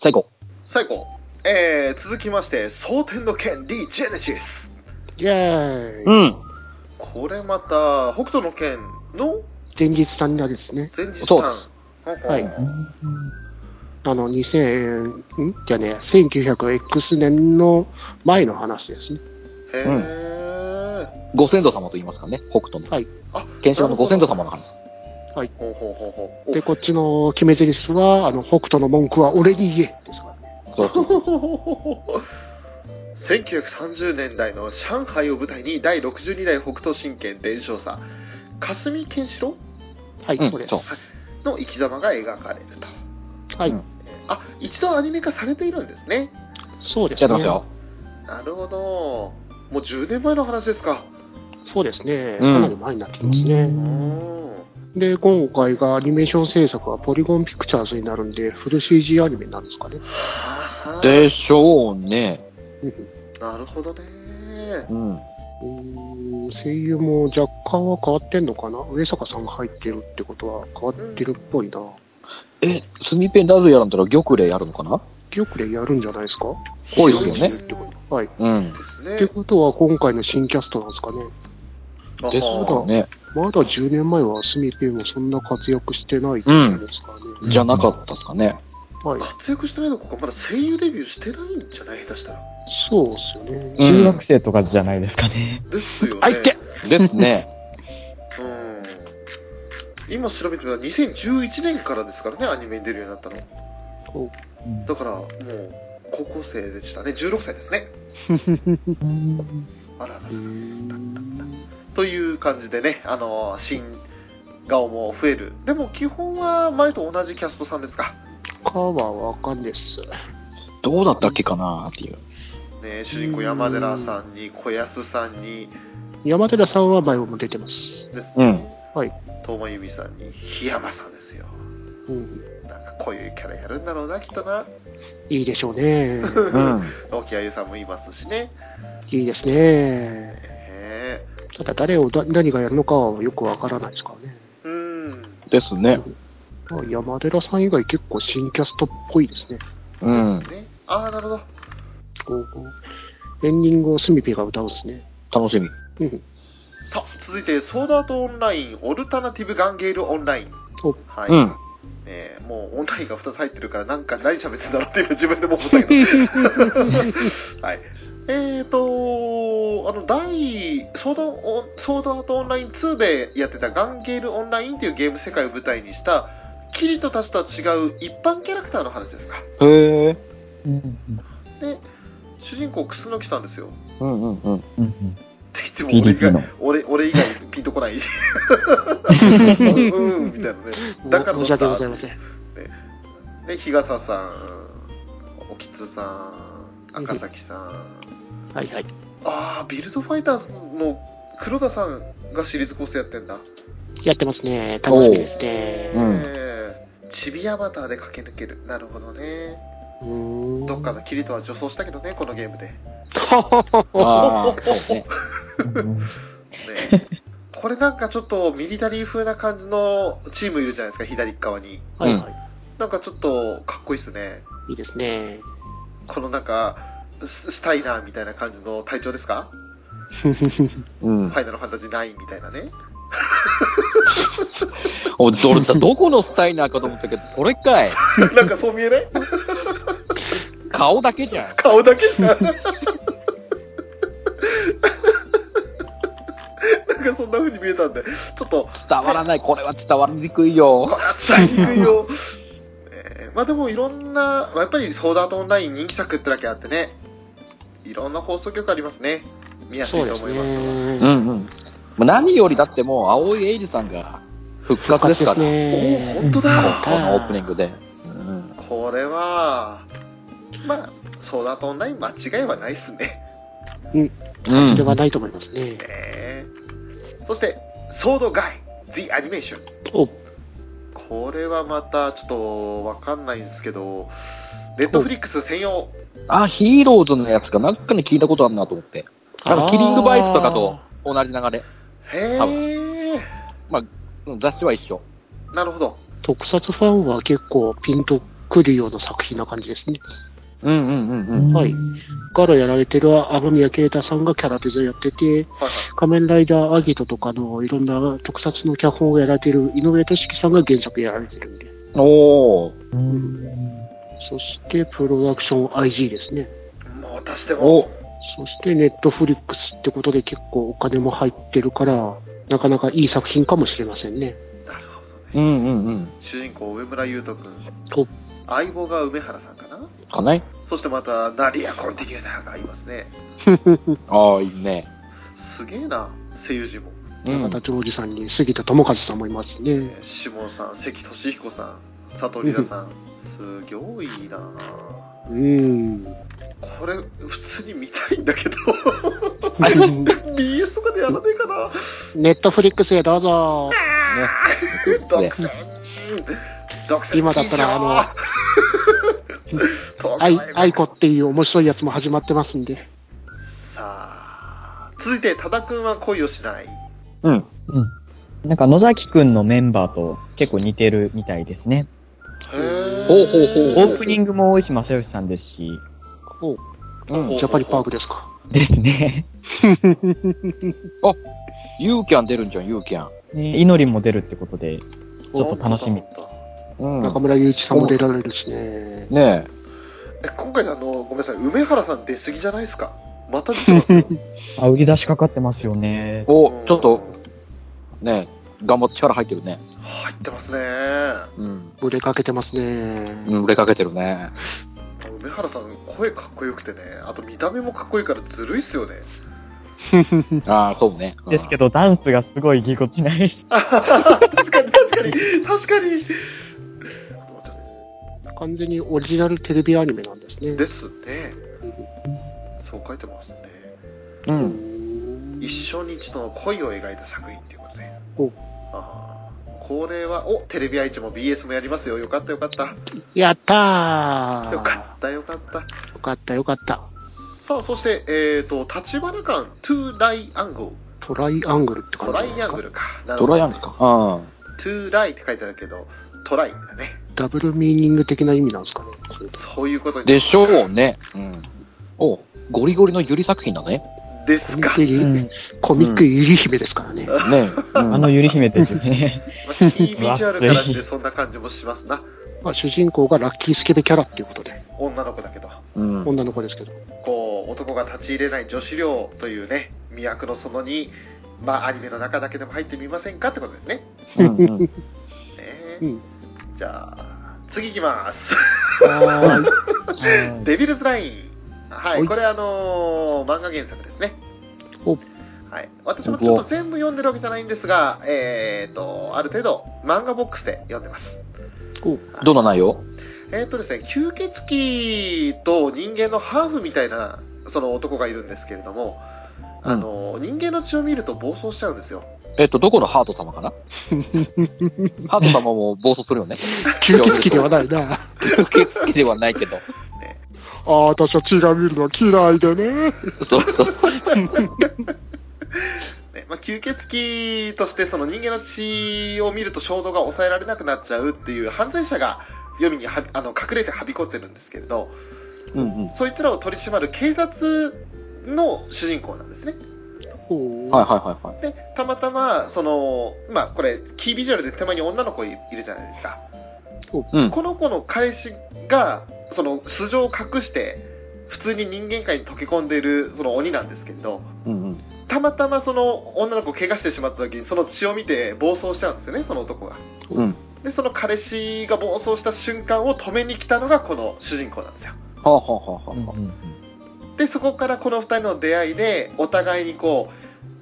最後。最後、えー、続きまして、蒼天の剣リジェネシス。イェーうイ。ん。これまた、北斗の剣の前日さんになるですね。前日そう版です。ほんほんはいあの、2000、んじゃねえ、1900X 年の前の話ですね。へー。ご先祖様と言いますかね、北斗の。はいあ剣士のご先祖様の話。ほうほうほうほう。で、こっちの決め台詞は、あの、北斗の文句は俺に言えですからね。そうそう1930年代の上海を舞台に第62代北東神拳伝承者霞健四郎はい、うんそうです。その生き様が描かれるとはい、うんあ一度アニメ化されているんですねそうでやすってねます。よ。なるほどもう10年前の話ですかそうですね。うんかなり前になってきますね。うーんで、今回がアニメーション制作はポリゴンピクチャーズになるんで、フル CG アニメになるんですかね。はあでしょうね。なるほどねうん。うーん声優も若干は変わってんのかな上坂さんが入ってるってことは変わってるっぽいな。え、スミペンラズやらんたら玉霊やるのかなよくでやるんじゃないですか多いですよね。ってことはい。っうん。ですねてことは今回の新キャストなんですかね。ですよね。まだ10年前はスミペイもそんな活躍してないってことですからね。じゃなかったですかね。はい。活躍してないのここまだ声優デビューしてないんじゃない下手したらそうですよね。うん中学生とかじゃないですかね。ですよねあ、いってですね。うん今調べてみたら2011年からですからねアニメに出るようになったのおだからもう高校生でしたね16歳ですね あららという感じでねあのー新顔も増えるでも基本は前と同じキャストさんですか、かはわかんないです。 どうだったっけかなっていう。ね、主人公山寺さんに小安さんに山寺さんは前も出てます。ですうん。遠間由美さんに檜山さんですようん。なんかこういうキャラやるんだろうなきっとないいでしょ うね。うん。青木あゆさんもいますしねいいですね。へえただ誰をだ何がやるのかはよくわからないですからね。うんですね。まあ山寺さん以外結構新キャストっぽいですね。うん。ね、ああなるほどこうエンディングをスミピが歌うんですね。楽しみ。うん。さあ続いてソードアートオンラインオルタナティブガンゲールオンラインおはい、うん。えーもうオンラインが2つ入ってるからなんか何喋ってんだろうって いう自分でも思ったけどはいえーとあの第ソードオンソードアートオンライン2でやってたガンゲールオンラインっていうゲーム世界を舞台にしたキリトたちとは違う一般キャラクターの話ですかへえ。で主人公楠木さんですよっうんうんうん。て言っても俺以 PDP の外俺俺以外ピンとこないうん、みたいなね。だから申し訳ございません。で、日傘さん、沖津さん、赤崎さん。はいはい。ああ、ビルドファイターズの黒田さんがシリーズコースやってんだ。やってますね。楽しみですね。うんえーチビアバターで駆け抜ける。なるほどね。うーんどっかのキリトは助走したけどね、このゲームで。 ねああ、そうですね。これなんかちょっとミリタリー風な感じのチームいるじゃないですか、左側に。はいはなんかちょっとかっこいいっすね。い。いいですね。このなんか、ススタイナーみたいな感じの隊長ですかうんフ。ァイナルファンタジー9みたいなね。 おどれだどこのスタイナーかと思ったけど、それかい。なんかそう見えない顔だけじゃん。顔だけじゃん。なんかそんな風に見えたんで、ちょっと、伝わらない。これは伝わりにくいよ。これは伝えにくいよ。えーまあでもいろんな、まあやっぱりソードアートオンライン人気作ってだけあってね、いろんな放送局ありますね。見やすいそうとで思すいうます。ね。んうん。もう何よりだってもう、青井エイジさんが復活ですから。おお、ね。本当だ。このオープニングで。うん、これは、まあ、ソードアートオンライン間違いはないっすね。うんそれはないと思いますね。ねそして、ソードガイ、The Animation。お、これはまたちょっとわかんないんですけど、ネットフリックス専用、あ、ヒーローズのやつか、なんかに聞いたことあるなと思って。あの、キリングバイツとかと同じ流れ。へ多え、うん雑誌は一緒。なるほど。特撮ファンは結構ピンと来るような作品な感じですね。うんうんうんうん。はいからやられてる雨宮啓太さんがキャラデザやってて、はい仮面ライダーアギトとかのいろんな特撮の脚本をやられてる井上俊樹さんが原作やられてるんで。おー。そして、プロダクション IG ですね。もう出してもおそして、ネットフリックスってことで結構お金も入ってるから、なかなかいい作品かもしれませんね。なるほどねうんうんうん。主人公上村優斗君お相棒が梅原さんかなかないそしてまたナリア・コンティニューダーがいますねああ、いいね。すげえな声優陣もうんまた、ジョージさんに杉田智和さんもいますね。下尾さん関俊彦さん佐藤里奈さんすごいなうん。これ普通に見たいんだけど BS とかでやらねえかな ネットフリックスへどうぞ。独占独占今だったら、あ の、アイアイコっていう面白いやつも始まってますんで。さあ続いて多田君は恋をしないうん。なんか野崎くんのメンバーと結構似てるみたいですね。ほうほうほうオープニングも大石正義さんですし、おうん。ジャパニパークですか。ですね。ユーキャン出るんじゃん、ユーキャン。ね祈りも出るってことで、ちょっと楽しみでうん。中村雄一さんも出られるしね。ねえ今回のあのごめんなさい梅原さん出過ぎじゃないです かまた出てますよあ、売り出しかかってますよねえ。。お、ちょっと、ねえ、頑張って力入ってるね。入ってますねうん。売れかけてますね。うん、売れかけてるね。梅原さん声かっこよくてねあと見た目もかっこいいからずるいっすよねああ、そうね。ですけど、ダンスがすごいぎこちない。確かに確かに確かに完全にオリジナルテレビアニメなんですね。ですねそう書いてますねど。う。うんん一生に一度の恋を描いた作品っていうことでおああこれはおテレビ愛知も BS もやりますよよかったよかったやったーよかったよかったよかったよかった。さあそしてえっ、ー、と立花館トゥーライアングルトライアングルって感トじじゃライアないですンかグルかなるドほどライアングルか。うん。トゥーライって書いてあるけどトライだねダブルミーニング的な意味なんですかね。それそういうことにでしょうね。うん。おゴリゴリのゆり作品だね。ですかコミックユリ、うんコミックゆり姫ですからね。ねえ。うんあのゆり姫ですよね。まあ、キービジュアルからしてそんな感じもしま すなまあ、主人公がラッキースケベキャラっていうことで、女の子だけどうん。女の子ですけど。こう男が立ち入れない女子寮というね魅惑の園にまあアニメの中だけでも入ってみませんかってことですねねうんうんえうんじゃあ次いきます うんデビルズラインはい、はいこれあのー漫画原作ですねおはい、私もちょっと全部読んでるわけじゃないんですが、えー、とある程度漫画ボックスで読んでますどんな内容えー、とですね、吸血鬼と人間のハーフみたいな、その男がいるんですけれども、あの、人間の血を見ると暴走しちゃうんですよ。えっと、どこのハート様かなハート様も暴走するよね。吸血鬼ではないな。吸血鬼ではないけど。ああ、私は血が見るの嫌いでね。そうそうそう。ねまあ、吸血鬼としてその人間の血を見ると衝動が抑えられなくなっちゃうっていう犯罪者が闇にはあの隠れてはびこってるんですけれど、うんうん。そいつらを取り締まる警察の主人公なんですね。ほうはいはいはいはい。で、たまたま、その、まあこれ、キービジュアルで手前に女の子いいるじゃないですか。うん。この子の彼氏がその素性を隠して普通に人間界に溶け込んでいるその鬼なんですけれどうんうん。たまたまその女の子を怪我してしまった時にその血を見て暴走しちゃうんですよねその男が。うん。でその彼氏が暴走した瞬間を止めに来たのがこの主人公なんですよ。はあはあはあはあ。でそこからこの2人の出会いでお互いにこ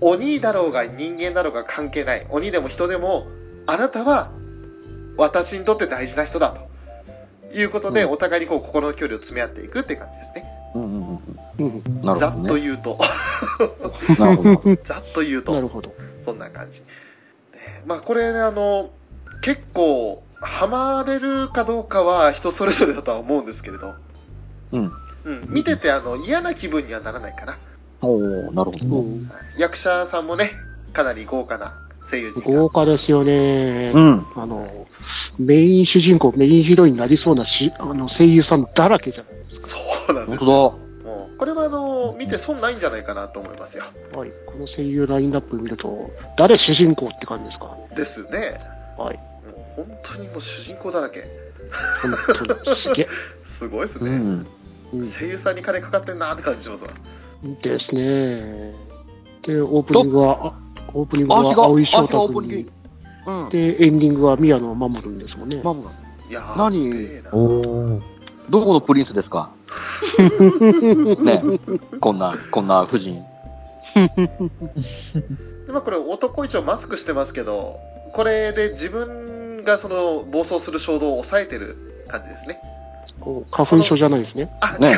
う鬼だろうが人間だろうが関係ない鬼でも人でもあなたは私にとって大事な人だということで、うんお互いにこう心の距離を詰め合っていくって感じですね。うんうんうんうんうん。なるざほっどとね。言 うとなるほど。ざっと言うなるとほど。そんな感じ、ねまあこれねあの結構ハマれるかどうかは人それぞれだとは思うんですけれど、うん。うん、見ててあの嫌な気分にはならないかなおおなるほどうね。ん役者さんもねかなり豪華な声優陣が豪華ですよね。うん。あの、メイン主人公、メインヒロインになりそうなしあの声優さんだらけじゃないですそうなんで本す当もうこれはあの見て損ないんじゃないかなと思いますよか。はい。この声優ラインナップ見ると、誰主人公って感じですか。ですねはい。もう本当にもう主人公だらけ本当にすげえ。すごいですだ。うね、ん。声優さんに金かかってんなーって感じしますわうんですね。で、オープニングは、あオープニングは足が、青井足翔がオ太ープ君ニンにグ。。うん。で、エンディングは宮野を守るんですもんね。マムがいやー何べえなおー。どこのプリンスですかねこんな、こんな夫人。今これ男一応マスクしてますけどこれで自分がその暴走する衝動を抑えてる感じですね こう花粉症じゃな いですね。あ、ね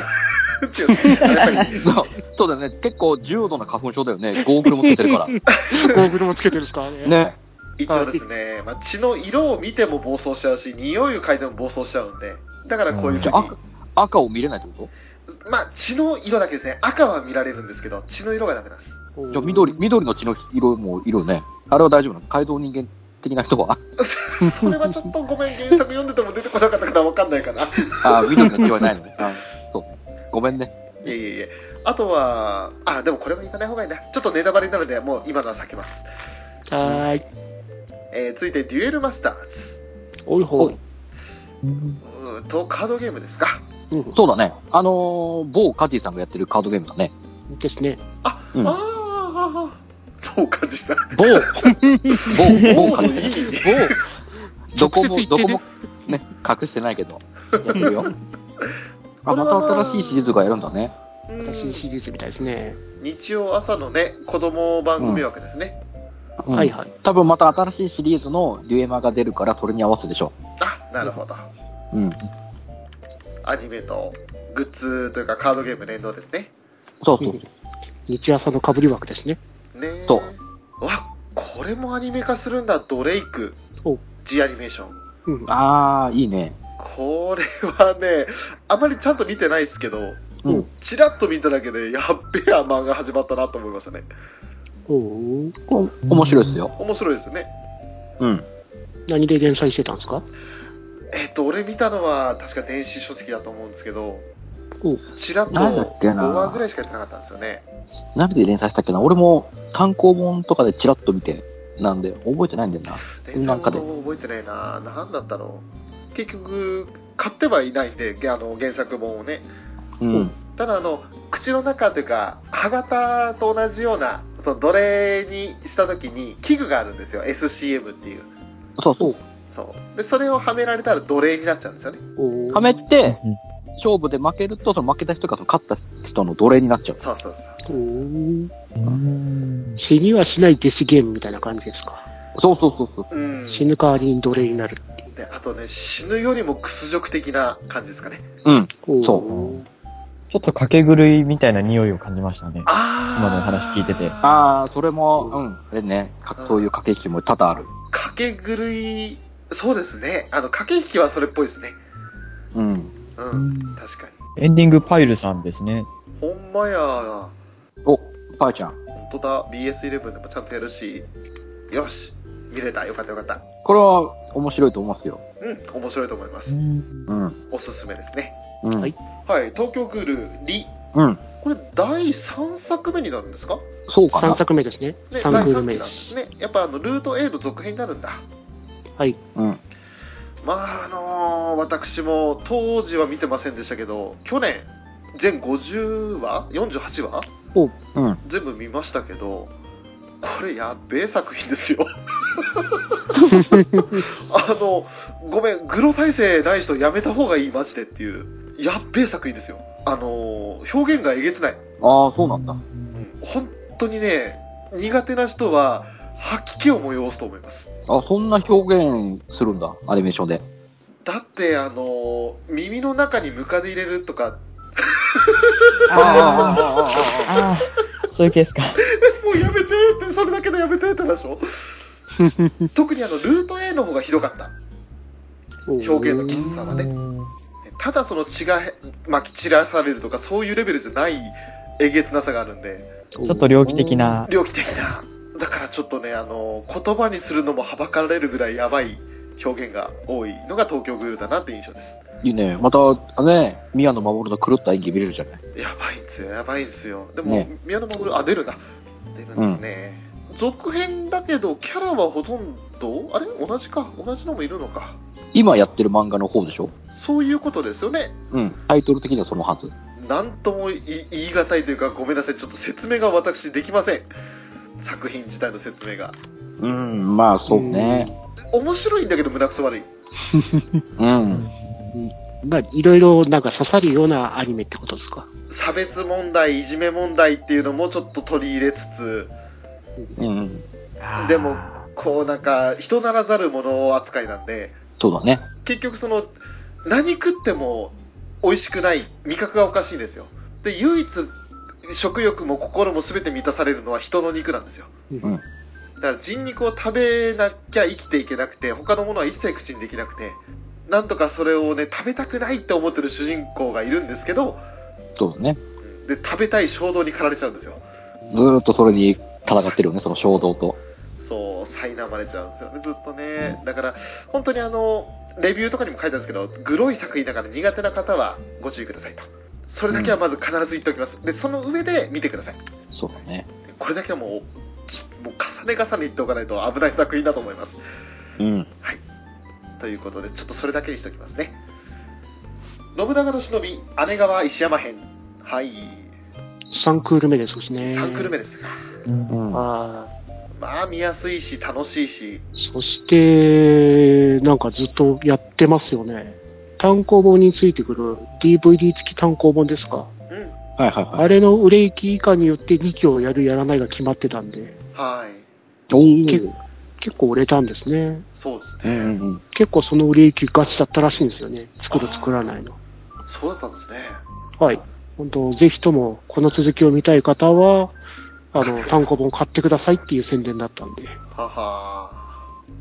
違う違うやっぱりそうそうだよね。結構重度な花粉症だよね。ゴーグルもつけてるから。ゴーグルもつけてるんですから ね。ね。一応ですね、まあ、血の色を見ても暴走しちゃうし匂いを嗅いでも暴走しちゃうんでだからこういうふうじにゃあ赤、赤を見れないってこまあ血の色だけですね赤は見られるんですけど血の色がダメな んですおとーじゃあ緑、緑の血の色もいるよね。あれは大丈夫なの改造人間的な人は。それはちょっとごめん原作読んでても出てこなかったから分かんないかないあー、緑の血はないのね。あーそう。ごめんね。えいえいえあとはあでもこれは行かない方がいいなちょっとネタバレになるのでもう今のは避けます、はーい。えー続いてデュエルマスターズおいほい。うーんとカードゲームですかうん。そうだね。あのー、某カティさんがやってるカードゲームだね。ですね。うんああどう感じした 某某某カティいいどこも、直接言どってこねも、ね、隠してないけど。やって るよ。あ、また新しいシリーズがやるんだね。私シリーズみたいですね。日曜朝のね子供番組枠ですね、うんはいはい。多分また新しいシリーズのデュエマが出るから、それに合わせでしょあなるほどう。うん。アニメとグッズというかカードゲーム連動ですねそうそう。日朝のかぶり枠ですね。ねえそうわこれもアニメ化するんだドレイクお G アニメーションうん。あー、いいね。これはねあまりちゃんと見てないですけどうん。チラッと見ただけでやっべえ漫画始まったなと思いましたねおお。これ面白いですよ。面白いですよねうん。何で連載してたんですかえっ、と俺見たのは確か電子書籍だと思うんですけどおチラッとなんだっけ5な話ぐらいしかやってなかったんですよね何で連載したっけな俺も単行本とかでチラッと見て、なんで、覚えてないんだよな。連な載んかでも覚えてないな何だったろう結局買ってはいないんであの原作本をねうん。ただあの口の中というか歯型と同じようなその奴隷にした時に器具があるんですよ SCM っていうそうそう。そうでそれをはめられたら奴隷になっちゃうんですよねおお。はめって、勝負で負けると、その負けた人がその勝った人の奴隷になっちゃう。そうそうそうおお。うん。死にはしないデスゲームみたいな感じですか。そうそうそうそう。うん死ぬ代わりに奴隷になる。であとね死ぬよりも屈辱的な感じですかねうん。おお。そちょっと掛け狂いみたいな匂いを感じましたね。ああ今のお話聞いててああ、それも、うん。あれね、かそういう駆け引きも多々ある。掛け狂いそうですねあの駆け引きはそれっぽいですねうん。ううんん確かにエンディングパイルさんですね。ほんまやお、パイちゃん。本当だ BS11 でもちゃんとやるしよし見れたよかったよかったこれは面白いと思いますよ。うん面白いと思いまうすん。うん。おすすめですねうん。はいはい東京グルリうん。これ第3作目になるんですかねそうか3な。作目ですね。第3ク期ール目なんで。ですすねやっぱあのルート A の続編になるんだはい。うん。まああのー私も当時は見てませんでしたけど去年全50話48話うん。全部見ましたけどこれやっべえ作品です よあのごめんグロ体制ない人やめた方がいいマジでっていうやっべえ作品ですよあの表現がえげつないああ、そうなんだ。本当にね苦手な人は吐き気を催すと思いますあ、そんな表現するんだ。アニメーションで。だってあの耳の中にムカデ入れるとかあーああー、そういうケースか。もうやめてってそれだけでやめてって話を特にあのルート A の方がひどかった表現のきつさはねただその血がまき散らされるとかそういうレベルじゃないえげつなさがあるんでちょちょっと猟奇的。な。猟奇的なだからねちょっとね、あの、言葉にするのもはばかられるぐらいやばい表現が多いのが東京グルーだなって印象です。 いいね。また、あね、宮野真守の狂った演技見れるじゃない。やばいんですよ、やばいんですよ。でも、ね宮野真守、あ、出るな。出るんですね。続編だけど、キャラはほとんど、あれ同じか。同じのもいるのか。今やってる漫画の方でしょそういうことですよね。うん。タイトル的にはそのはず。なんとも言い言い難いというか、ごめんなさい。ちょっと説明が私できません。作品自体の説明が。うん、まあそうね。面白いんだけど、胸くそ悪い。うん。まあ、いろいろなんか刺さるようなアニメってことですか。差別問題、いじめ問題っていうのもちょっと取り入れつつ、うん。でも、こうなんか、人ならざるもの扱いなんで、そうだね。結局その、何食っても美味しくない、味覚がおかしいんですよ。で、唯一、食欲も心も全て満たされるのは人の肉なんですよ。んだから人肉を食べなきゃ生きていけなくて、他のものは一切口にできなくて、なんとかそれをね、食べたくないって思ってる主人公がいるんですけど、そうだね。で、食べたい衝動に駆られちゃうんですよ。ずーっとそれに戦ってるよね、その衝動と。そう、苛まれちゃうんですよね、ずっとね。だから、本当にあの、レビューとかにも書いてあるんですけど、グロい作品だから苦手な方はご注意くださいと。それだけはまず必ず言っておきます。で、その上で見てください。そうだね。これだけはもう、もう重ね重ね言っておかないと危ない作品だと思います。うん。ということで、ちょっとそれだけにしておきますね。信長の忍び、姉川石山編。はい。 3クール目ですしね。 3クルメです。うんうん。あーまあ、見やすいし、楽しいし、そして、なんかずっとやってますよね。単行本についてくる DVD 付き単行本ですか。うん。はいはいはい。あれの売れ行き以下によって2期をやるやらないが決まってたんで、はい。お結ー構結構売れたんですね。そうですうね。んうんうん。結構その売れ行きガチだったらしいんですよね。作る作らないの。そうだったんですね。はい。本当ぜひとも、この続きを見たい方は、あの、単行本買ってくださいっていう宣伝だったんで。はは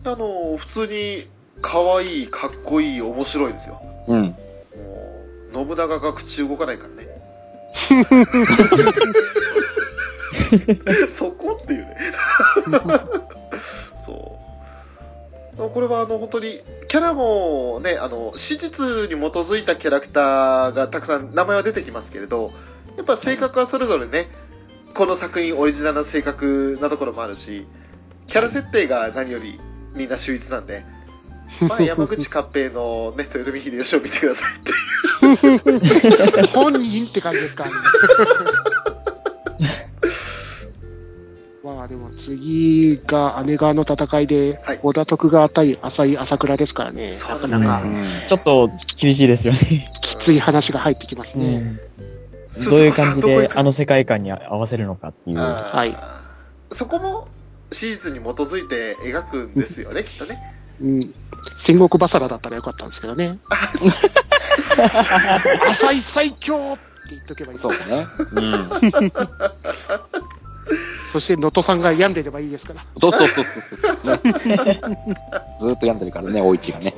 あの、普通に、可愛い、かっこいい、面白いですよ。うん。もう、信長が口動かないからね。そこっていうね。 そう。これはあの本当にキャラもね、あの、史実に基づいたキャラクターがたくさん名前は出てきますけれど、やっぱ性格はそれぞれね、この作品オリジナルな性格なところもあるし、キャラ設定が何よりみんな秀逸なんで、まあ山口勝平のね、豊臣秀吉を見てくださいって本人って感じですか、 ね、まあでも次が姉川の戦いではい、織田徳川対浅井朝倉ですからね。そうですねなかなかちょっと厳しいですよね。きつい話が入ってきますね。どういう感じであの世界観に合わせるのかっていう。あーはいそこも史実に基づいて描くんですよね、きっとね。うん。戦国バサラだったらよかったんですけ どね。浅井最強って言っとけばいいそうそね。うん。そして能登さんが病んでればいいですから。そうそうそうそう。ねずーっと病んでるからね、大市がね。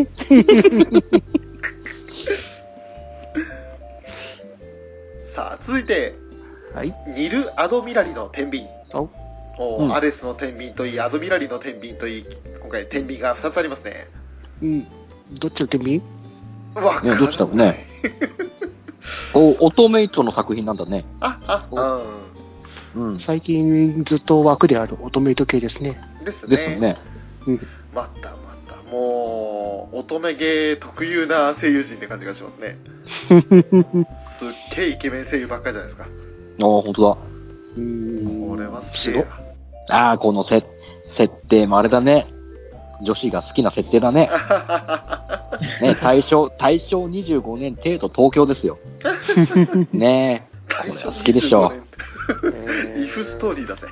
さあ、続いて、はい。ニル・アドミラリの天秤。おおうんアレスの天秤といい、アドミラリの天秤といい、今回天秤が2つありますね。うん。どっちの天秤わかね、る。どっちだろうね。お、乙女糸の作品なんだね。あ、あ、うん。最近ずっと枠である乙女時計ですね。うん。ですね。ですよね。またまた、もう、乙女芸特有な声優陣って感じがしま すね。すっげえイケメン声優ばっかりじゃないですか。ああ、本当うんこれはすすげごえい。だ。ああ、このせ、設定もあれだね。女子が好きな設定だね。 ね、大正、大正25年程度東京ですよ。ねえ。大これは好きでしょうイフストーリーだぜ。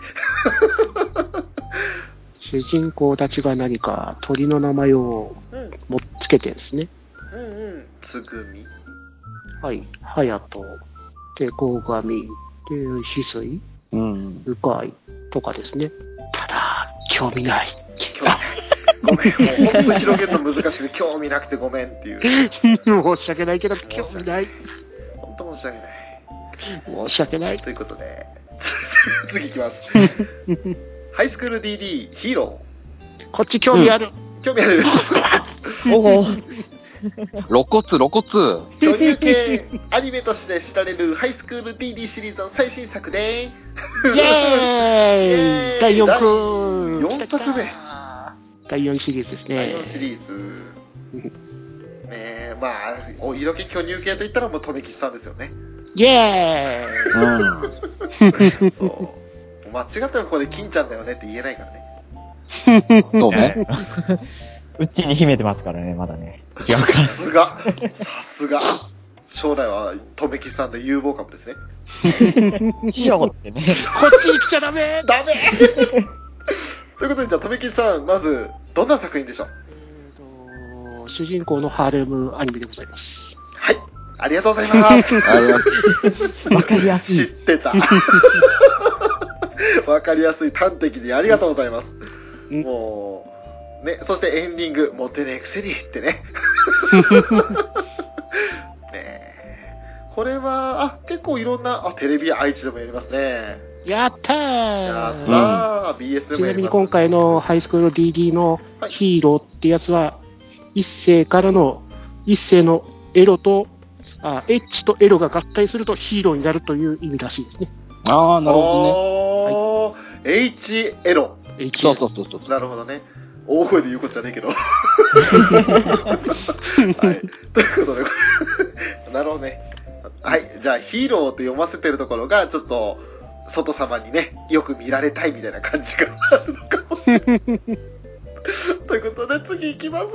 主人公たちが何か鳥の名前をうんもっつけてですね。うんうん。つぐみ。はい。隼人、で、鴻上、で、翡翠、うん。鵜飼とかですね。ただ、興味ない。 ごめん、もう本当に広げるの難しくて、興味なくてごめんっていう。申し訳ないけど、興味ない。本当申し訳ない。申し訳な い。ということで、次いきます。ハイスクール DD ヒーロこっち興味ある。ー。興味あるです。おお。露骨露骨巨乳系アニメとして知られるハイスクール DD シリーズの最新作でイエーイイ第4第区4作目。第4シリーズです第ね4。シリーズ。ねえ、まあ、お色気巨乳系と言ったらもう留吉さんですよね。イエうんそう。間違ってもここで金ちゃんだよねって言えないからね。そうね。うちに秘めてますからね、まだね。違うかさすが。さすが。将来は留吉さんの有望株ですね。ら。師匠ってーね。イこっちに来ちゃダメダメということで、じゃあ留吉さん、まず、どんな作品でしょう主人公のハーレムアニメでございます。はい。ありがとうございます。あれはわかり知やっすい。てた。 わかりやすい端的にありがとうございます。うんもう、ね、そしてエンディング、モテねえくせにってね。ねえこれは、あ、結構いろんな、あ、テレビ愛知でもやりますね。やったやったーー、BS でちもやりなみにます。今回のハイスクール DD のはいヒーローってやつは、一世からの、一世のエロと、あエッチとエロが合体するとヒーローになるという意味らしいですね。ああ、なるほどね。おー、H エロ。 H そうそうそうそう。なるほどね。大声で言うことじゃねえけど。はい、ということで、 なるほどね。はい、じゃあヒーローと読ませてるところが、ちょっと、外様にね、よく見られたいみたいな感じがあるのかもしれない。ということで、次行きます。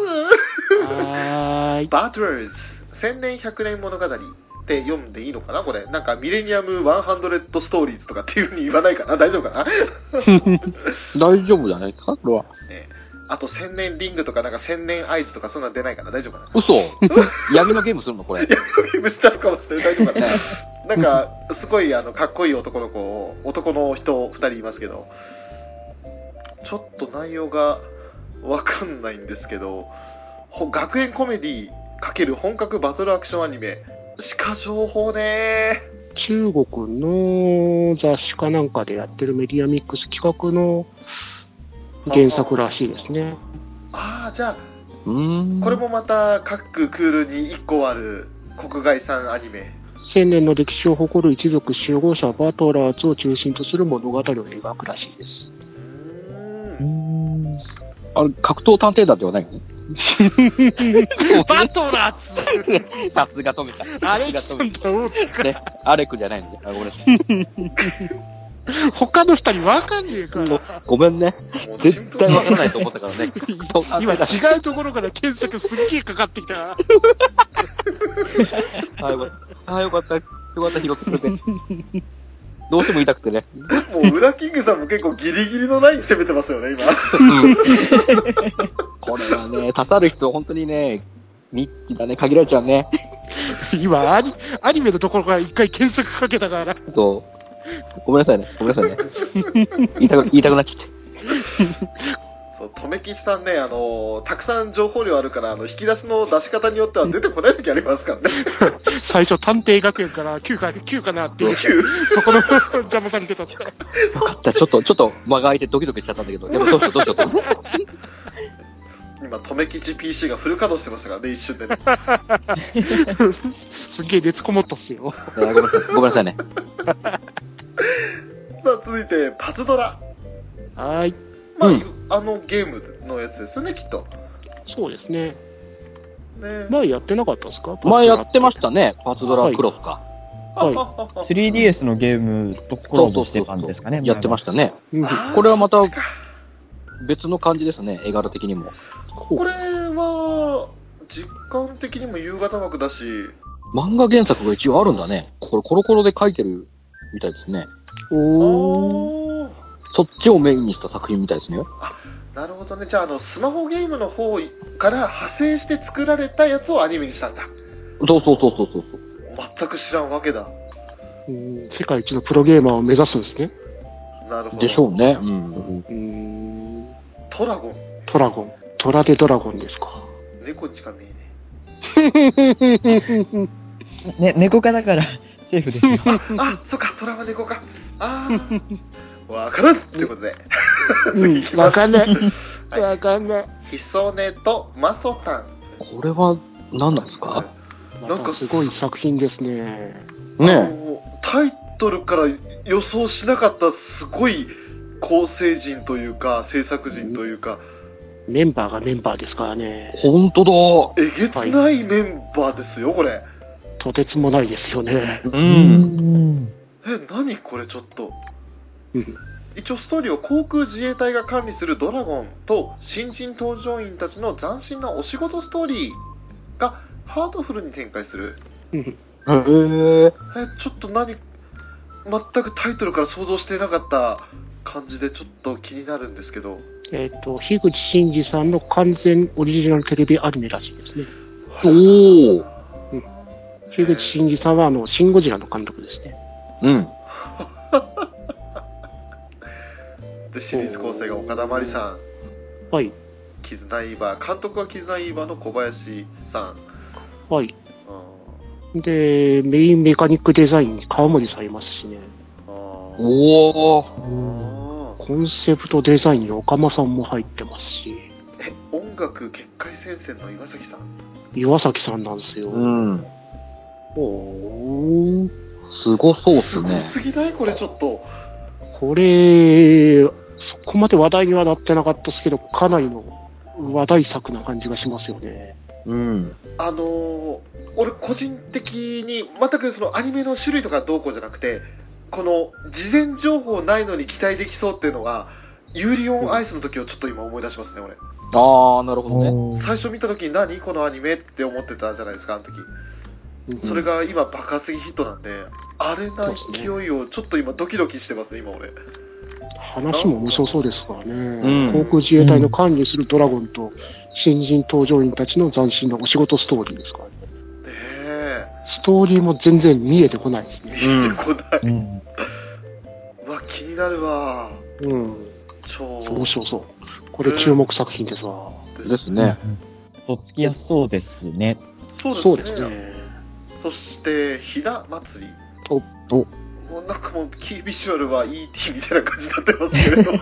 はーい。バトルズ、千年百年物語って読んでいいのかなこれ。なんか、ミレニアム100ストーリーズとかっていうふうに言わないかな大丈夫かな大丈夫じゃないかこれは。あと、千年リングとか、なんか千年アイスとか、そんなん出ないかな大丈夫かな嘘闇のゲームするのこれ。ゲームしちゃうかもしれない。大丈夫かななんか、すごい、あの、かっこいい男の子を、男の人二人いますけど、ちょっと内容がわかんないんですけど、ほ学園コメディ×本格バトルアクションアニメ、しか情報ね中国の雑誌かなんかでやってるメディアミックス企画の原作らしいですね。ああ、じゃあ、うーん。これもまた、各クールに一個ある国外産アニメ。千年の歴史を誇る一族集合者バトラーズを中心とする物語を描くらしいです。うーんうーんあれ、格闘探偵団ではない のバトラーズさすが止めた。アレキさんだろね、アレクじゃないのね。あごめんなさい。 他の人にわかんねえから。ごめんね。もうシンプ絶ル対に わからないと思ったから ね。格闘探今偵違うところから検索すっげえかかってきた。団。あよかった。あよかった。よかった、拾ってくれて。どうしても痛くてね。もう、ウラキングさんも結構ギリギリのライン攻めてますよね、今。これはね、刺さる人、本当にね、ミッチだね、限られちゃうね。今アニ、アニメのところから一回検索かけたから。そう。ごめんなさいね。ごめんなさいね。言いたく言いたくなっちゃって。そう、とめきちさんね、あのーたくさん情報量あるから、あの、引き出しの出し方によっては出てこない時ありますからね。 最初探偵学園から9か、9かなっていう。そこの 邪魔されてたんですから。分かった。ちょっと、ちょっと間が空いてドキドキしちゃったんだけど。でもどうしよう、どうしようどうしよう。 今、とめきち PC がフル稼働してましたからね、一瞬でね。 すっげえ熱こもったっすよ。あごめんなさい。ごめんなさいね。さあ、続いて、パズドラ。はーい。まあ、うんあのゲームのやつですよね、きっと。そうですね。ね。前やってなかったですか前やってましたね。パズドラクロスか。あはいあああ 3DS のゲームとコラボしてたんですかね。やってまししたね。た。あーこれはまたそっか別の感じですね。絵柄的にも。これは、実感的にも夕方枠だし、漫画原作が一応あるんだね。これコロコロで描いてるみたいですね。おー。おーそっちをメインにした作品みたいですね。なるほどね。じゃあ、あの、スマホゲームの方から派生して作られたやつをアニメにしたんだ。そうそうそうそうそうそう。全く知らんわけだ。うん世界一のプロゲーマーを目指すんですね。なるほど。でしょうね。うん。うん。トラゴン。トラゴン。トラでドラゴンですか。猫にしか見えねえ。た。ね、猫科だから、 セーフですよ。あ、そっか、そらは猫か。ああ。わからんってことで。うんきますわかん ない。はいわかんない。ヒソネとマソタンこれは何なんですかなんかすごい作品ですね。あねのタイトルから予想しなかったすごい構成陣というか制作陣というかメンバーがメンバーですからね。え。ほんとだ。えげつないメンバーですよこれとてつもないですよね。う。うんん。え何これちょっとうん一応ストーリーを航空自衛隊が管理するドラゴンと新人搭乗員たちの斬新なお仕事ストーリーがハートフルに展開するうんへえ。えちょっと何全くタイトルから想像してなかった感じでちょっと気になるんですけどえっ、と、樋口真嗣さんの完全オリジナルテレビアニメらしいですね。おー。樋口真嗣さんは、あの、シン・ゴジラの監督ですね。うん。でシリーズ構成が岡田真理さんはい、絆イーバー監督は絆イーバーの小林さん、はい。うん、で、メインメカニックデザインに川森さんいますしね。あーおー。あーコンセプトデザインに岡間さんも入ってますし、え音楽結界戦線の岩崎さん岩崎さんなんですよ。うん。おーすごそうっすすごね。すぎないこれちょっとこれ、そこまで話題にはなってなかったですけど、かなりの話題作な感じがしますよね。うん。あのー俺個人的に全くそのアニメの種類とかどうこうじゃなくてこの事前情報ないのに期待できそうっていうのがユーリオンアイスの時をちょっと今思い出しますね俺あー、なるほどね。最初見た時に何このアニメって思ってたじゃないですかあの時それが今爆発的ヒットなんであれな勢いをちょっと今ドキドキしてますね今俺話も面白そうですからね、うん航空自衛隊の管理するドラゴンと新人搭乗員たちの斬新なお仕事ストーリーですからね。ねえストーリーも全然見えてこないです見ね。えてこない、うん。うわ気になるわうん。超面白そう。これ注目作品ですわ。ですね。とっつきやすそうですね。そそううでですすねね。そしてひな祭りおおもうなんかもうキービジュアルは ET みたいな感じになってますけれ ど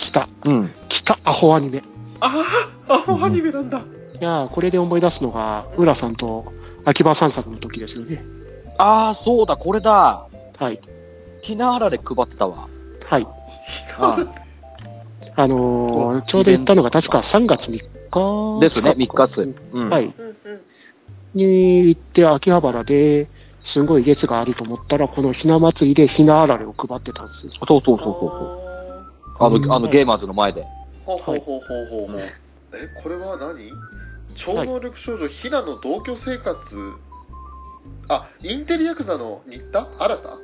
来た、うん。来たアホアニメ。いあああのアニメなんだ、やー、これで思い出すのが、浦さんと秋葉散策の時ですよね。あー、そうだ、これだ。はい。ひなあられ配ってたわ。はい。はい。あのーちょうど行ったのが確か3月3日ですね、3日っす。うん。はい。うんうんに行って秋葉原ですごい列があると思ったら、このひな祭りでひなあられを配ってたんですよ。そうそうそうそうそう。あうんの、あのゲーマーズの前で。ほうほうほうほうほうほう、えこれは何超能力少女ヒナの同居生活、あインテリヤクザの新田新たと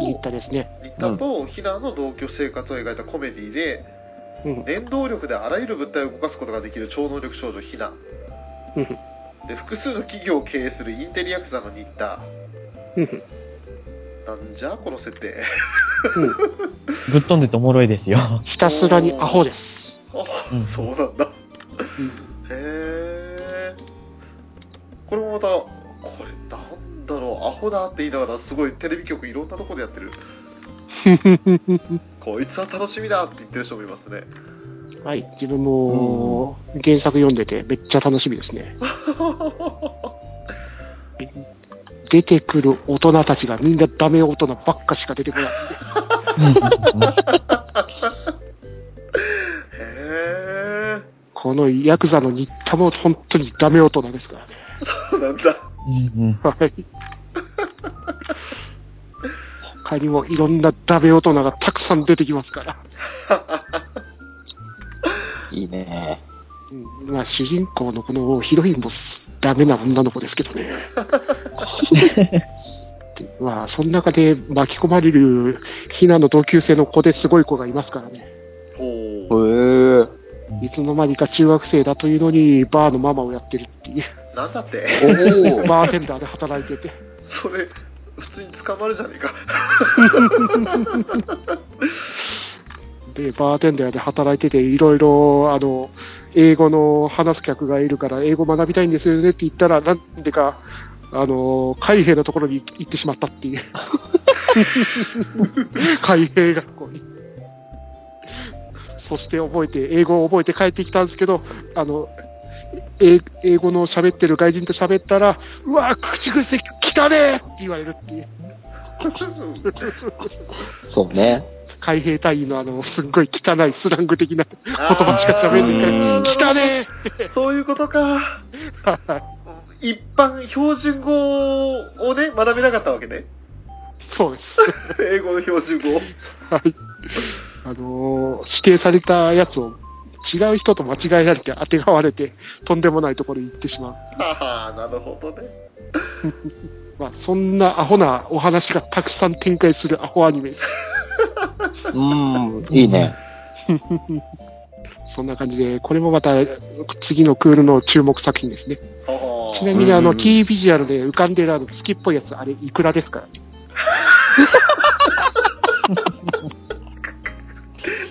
行ったですね。新田とヒナの同居生活を描いたコメディで、うん連動力であらゆる物体を動かすことができる超能力少女ヒナうんで複数の企業を経営するインテリヤクザの新田うんなんじゃこの設 定ぶっ飛んでておもろいですよ。ひたすらにアホです。あうんそうなんだへえこれもまたこれなんだろうアホだって言いながらすごいテレビ局いろんなとこでやって るこいつは楽しみだって言ってる人もいますねはい。自分も原作読んでてめっちゃ楽しみですね。出てくる大人たちがみんなダメ大人ばっかしか出てこない。へえこのヤクザの新田も本当にダメ大人ですからね。そうなんだうんうんはい。他にもいろんなダメ大人がたくさん出てきますから。いいね。うんまあ、主人公のこのヒロインもダメな女の子ですけどね。でまあ、その中で巻き込まれるヒナの同級生の子ですごい子がいますからね。へほうえ。いつの間にか中学生だというのに、バーのママをやってるっていう、なんだって おお。バーテンダーで働いてて。それ普通に捕まるじゃねえか で、バーテンダーで働いてて、いろいろ、あの、英語の話す客がいるから、英語学びたいんですよねって言ったら、なんでか、あの、海兵のところに行ってしまったっていう。海兵学校に。そして覚えて、英語を覚えて帰ってきたんですけど、あの、英英語の喋ってる外人と喋ったら、うわ、口癖汚ねえって言われるっていう、そうね。海兵隊員のあの、すっごい汚いスラング的な 言葉しか喋んないあーから、汚ねそういうことか。 え一般標準語をね、学べなかったわけね。 そうです。英語の標準語を。はい。あのー指定されたやつを違う人と間違えられて当てがわれて、とんでもないところに行ってしまう。はは、なるほどね。まあ、そんなアホなお話がたくさん展開するアホアニメです。うん、いいね。そんな感じで、これもまた次のクールの注目作品ですね。はちなみにあうの、んキービジュアルで浮かんでるあの月っぽいやつ、あれ、いくらですから。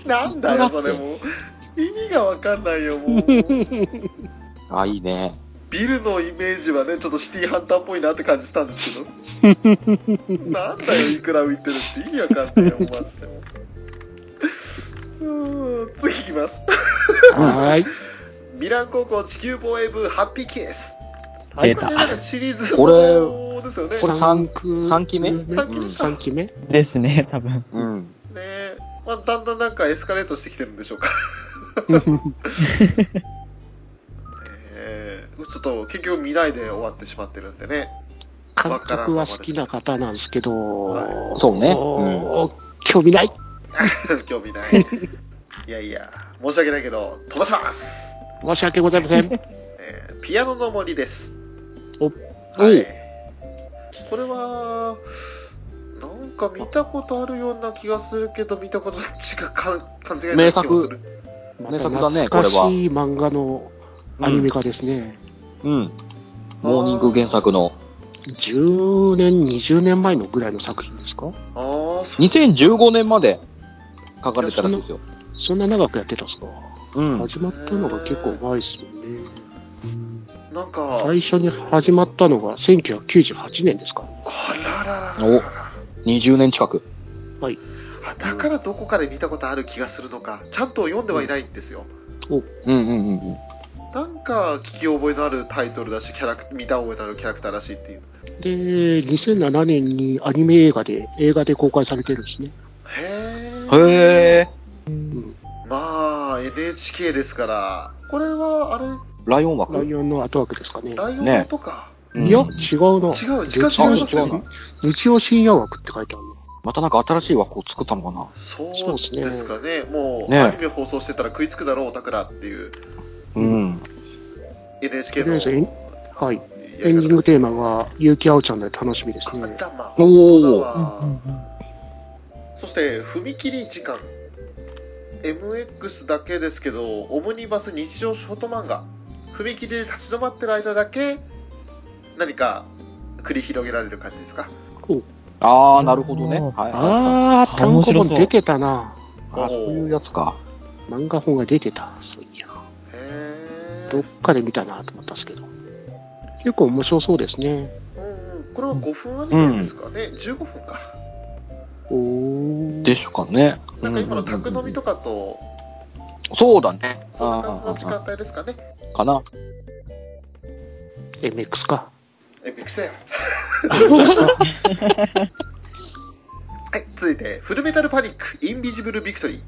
あ、なんだよ、それも。意味がわかんないよ、もう。 あ、いいね。ビルのイメージはね、ちょっとシティハンターっぽいなって感じしたんですけど。 なんだよ、いくら浮いてるって意味わかんないよ、 マジで。うーん次いきます。はーい。ミラン高校地球防衛部ハッピーケース。出こたれなんかシリーズこのですよね。これ三三期目三期目か三期目ですね、多分。うん。ねまあ、だんだんなんかエスカレートしてきてるん でしょうか。えーちょっと結局見ないで終わってしまってるんでね。 監督は好きな方なんですけど、そうねお興味ない。興味ない。いやいや、申し訳ないけど、飛ばします、申し訳ございま せん。えーピアノの森です。おはい。これは、なんか見たことあるような気がするけど、見たことしかか勘違いない気がす名る。ま名た作だね懐かしい漫画のアニメ化ですね。うん。モーニング原作の10年、20年前のぐらいの作品ですかあーそう2015年まで書かれたらしいですよ。そんな長くやってたんですかうん。始まったのが結構前ですよね。なんか、あ最初に始まったのが1998年ですか、ららららお20年近く。あだからどこかで見たことある気がするのか。ちゃんと読んではいないんですよ。うんうんうんうん。なんか聞き覚えのあるタイトルだし、キャラク見た覚えのあるキャラクターらしいっていう。で、2007年にアニメ映画で、映画で公開されてるんですね。へー。へえ。まあ、NHK ですから、これは、あれ、ライオン枠ライオンの後枠ですかね。ライオンねのとか、うんいや、違うな。違う、時間違いますあ違ような。ね日曜深夜枠って書いてあるの。またなんか新しい枠を作ったのかなそうですかね。もう、ねアニメ放送してたら食いつくだろう、オタクらっていう、うん。 NHK とりあのえずエン、はい、エエンディングテーマが結城青ちゃんで楽しみですね。頭。おー頭そして、踏切時間。MX だけですけど、オムニバス日常ショート漫画。踏切で立ち止まってる間だけ、何か繰り広げられる感じですか。ああ、なるほどね。はいはいはい。あー、単面行白本そう出てたな。あそういうやつか。漫画本が出てた。そういや、へーどっかで見たなと思ったんですけど。結構面白そうですね。うんうん、これは5分アニメですかね、15分か。おー。でしょうかね。なんか今の宅飲みととかと、そうだね。そんな感じの時間帯ですかね。かな。MX か。え、びっくりしたよ。 MX か。はい、続いて、フルメタルパニック、インビジブルビクトリ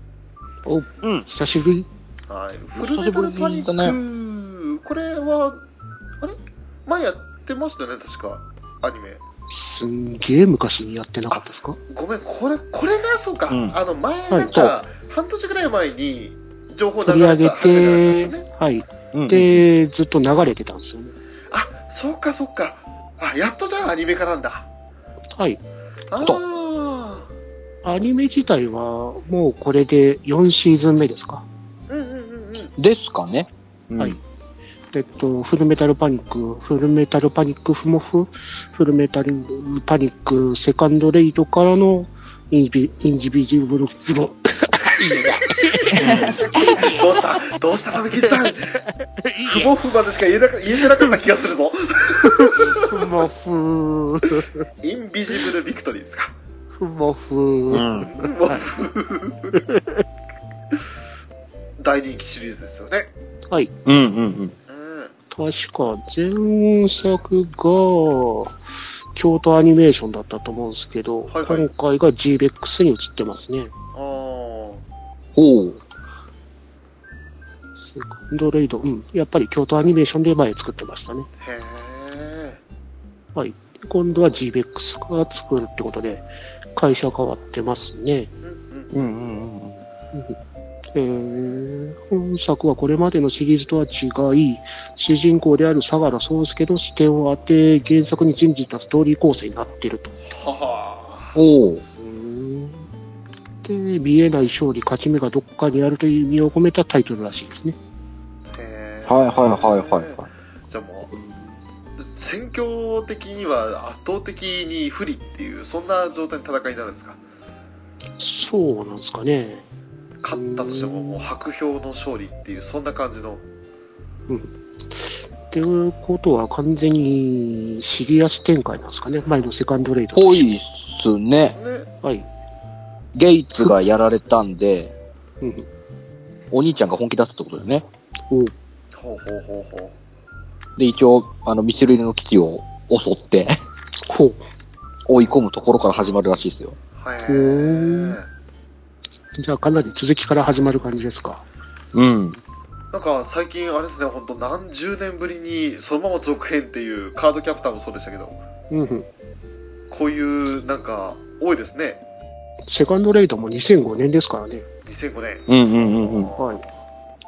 おうん。久しぶり。ー。はい、フ久ルしメタぶルパニりック、だねこれは、あれ前やってましたよね、確か。アニメ。すんげえ昔にやってなかったです かごめん、これ、これがそうか。うんあの、前、なんか、は半年ぐらい前に、情報流取りれ上げたはずなんですてよね。、はい。うん、で、ずっと流れてたんですよね。あ、そっかそっか。あ、やっとじゃあアニメ化なんだ。はい。あとあ。アニメ自体は、もうこれで4シーズン目ですか。うんうんうんうん。ですかね。はい。えっと、フルメタルパニック、フルメタルパニックフモフ、フルメタルパニックセカンドレイドからのインビインジビジブルフロ、どうしたどうしたためき さん不毛不までしか言えなか言えてなかった気がするぞ。フモフ、インビジブルビクトリーですか。フモフ、ん。もう大人気シリーズですよね。はい。うんうんうん。うん。確か、前作が、京都アニメーションだったと思うんですけど、はいはい今回が GBEX に移ってますね。あーおう。セカンドレイド、うん。やっぱり京都アニメーションで前作ってましたね。へえ。はい。今度は GBEX が作るってことで、会社変わってますね。うんうん。うんうんうん。えー本作はこれまでのシリーズとは違い、主人公である相良宗介の視点を当て、原作に準じたストーリー構成になっていると。はは。おう。で、見えない勝利、勝ち目がどこかにあるという意味を込めたタイトルらしいですね。へーはいはいはいはいはい。じゃあもう、戦況的には圧倒的に不利っていう、そんな状態の戦いになるんですか。そうなんですかね。勝ったとしても、もう白氷の勝利っていう、そんな感じの。っていうことは完全にシリアス展開なんですかね。前のセカンドレイド。ぽいっすね。ね。はい。ゲイツがやられたんで、うん。お兄ちゃんが本気出すってことだよね。おほうほうほうほで、一応、あの、ミシェルの基地を襲って、こう。追い込むところから始まるらしいですよ。う。へへえ。じゃあかなり続きから始まる感じですか。うん。なんか最近あれですね、本当何十年ぶりにそのまま続編っていうカードキャプターもそうでしたけど、うんうん。こういうなんか多いですね。セカンドレイドも2005年ですからね。 2005年。うんうんは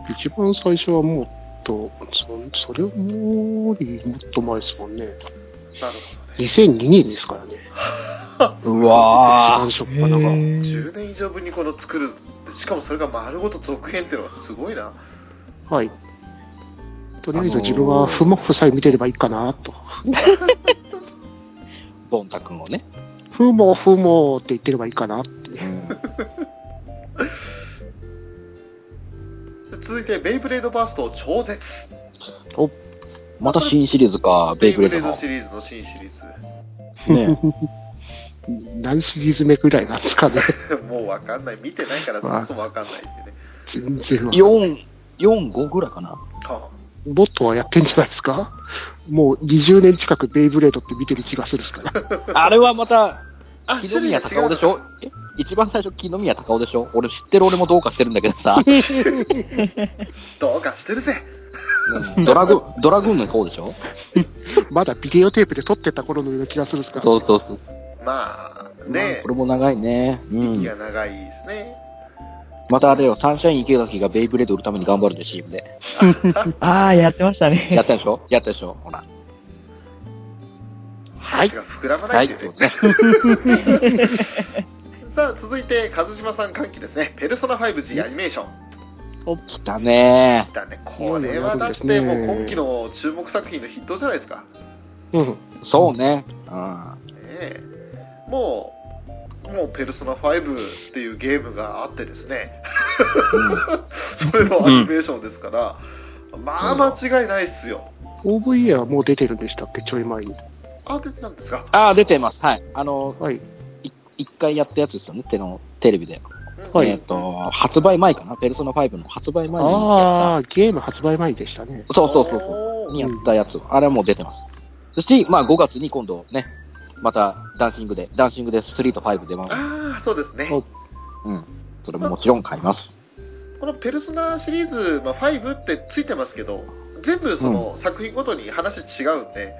い。一番最初はもっと、そそれよりもっと前ですもんね。なる2002年ですからね。ほどね。うわ一番初っ端が。 10年以上ぶりにこの作る、しかもそれが丸ごと続編っていうのはすごいな。はい。とりあえず自分は不毛夫さえ見てればいいかなと。ー。ボンタ君をね。不毛不毛って言ってればいいかなって。続いて、ベイブレードバースト超絶。また新シリーズか、ベイブレードの。シリーズの新シリーズ。 ね。何シリーズ目くらいなんですかね。 もうわかんない。見てないからそもそもわかんないっていうね。全然は。 4、4、5ぐらいかな。はもっとはやってんじゃないですかもう20年近くベイブレードって見てる気がするっすから。あれはまた、あ、あ木宮種類が隆違う夫でしょえ一番最初、木宮隆夫でしょ俺知ってる俺もどうかしてるんだけどさ、どうかしてるぜ。ドラグ、ドラグーンの方でしょまだビデオテープで撮ってた頃のような気がするっすから。そうそうそう。まあ、まあねこれも長いね。う息ん。が長いですね。またあれよ、サンシャイン池崎がベイブレード売るために頑張るで、CM で。ああ、やってましたやねっ。たでしょやったでしょほら。はい話が膨らまなはいい。っていうね。ねさあ、続いて、和島さん歓喜ですね。ペルソナ 5G アニメーション。来たねだね、これはだってもう今期の注目作品の筆頭じゃないですか。うん。そうね。うん。ねえもう、もうペルソナ5っていうゲームがあってですね、 それのアニメーションですから、まあ間違いないっすよ。 OVA はもう出てるんでしたっけちょい前に。あ、出てたんですか。ああ、出てます。はい。あの、はい。い一回やったやつですよね。手の、テレビで。はいえっ、と、発売前かな。ペルソナ5の発売前にやっああ、ゲーム発売前でしたね。た。そうそうそうそう。にやったやつ、あれはもう出てます。そして、まあ5月に今度ね、またダンシングで、ダンシングで3と5出ます。ああ、そうですね。おうん。それももちろん買います。このペルソナシリーズ、まあ、5ってついてますけど、全部その作品ごとに話違うんで、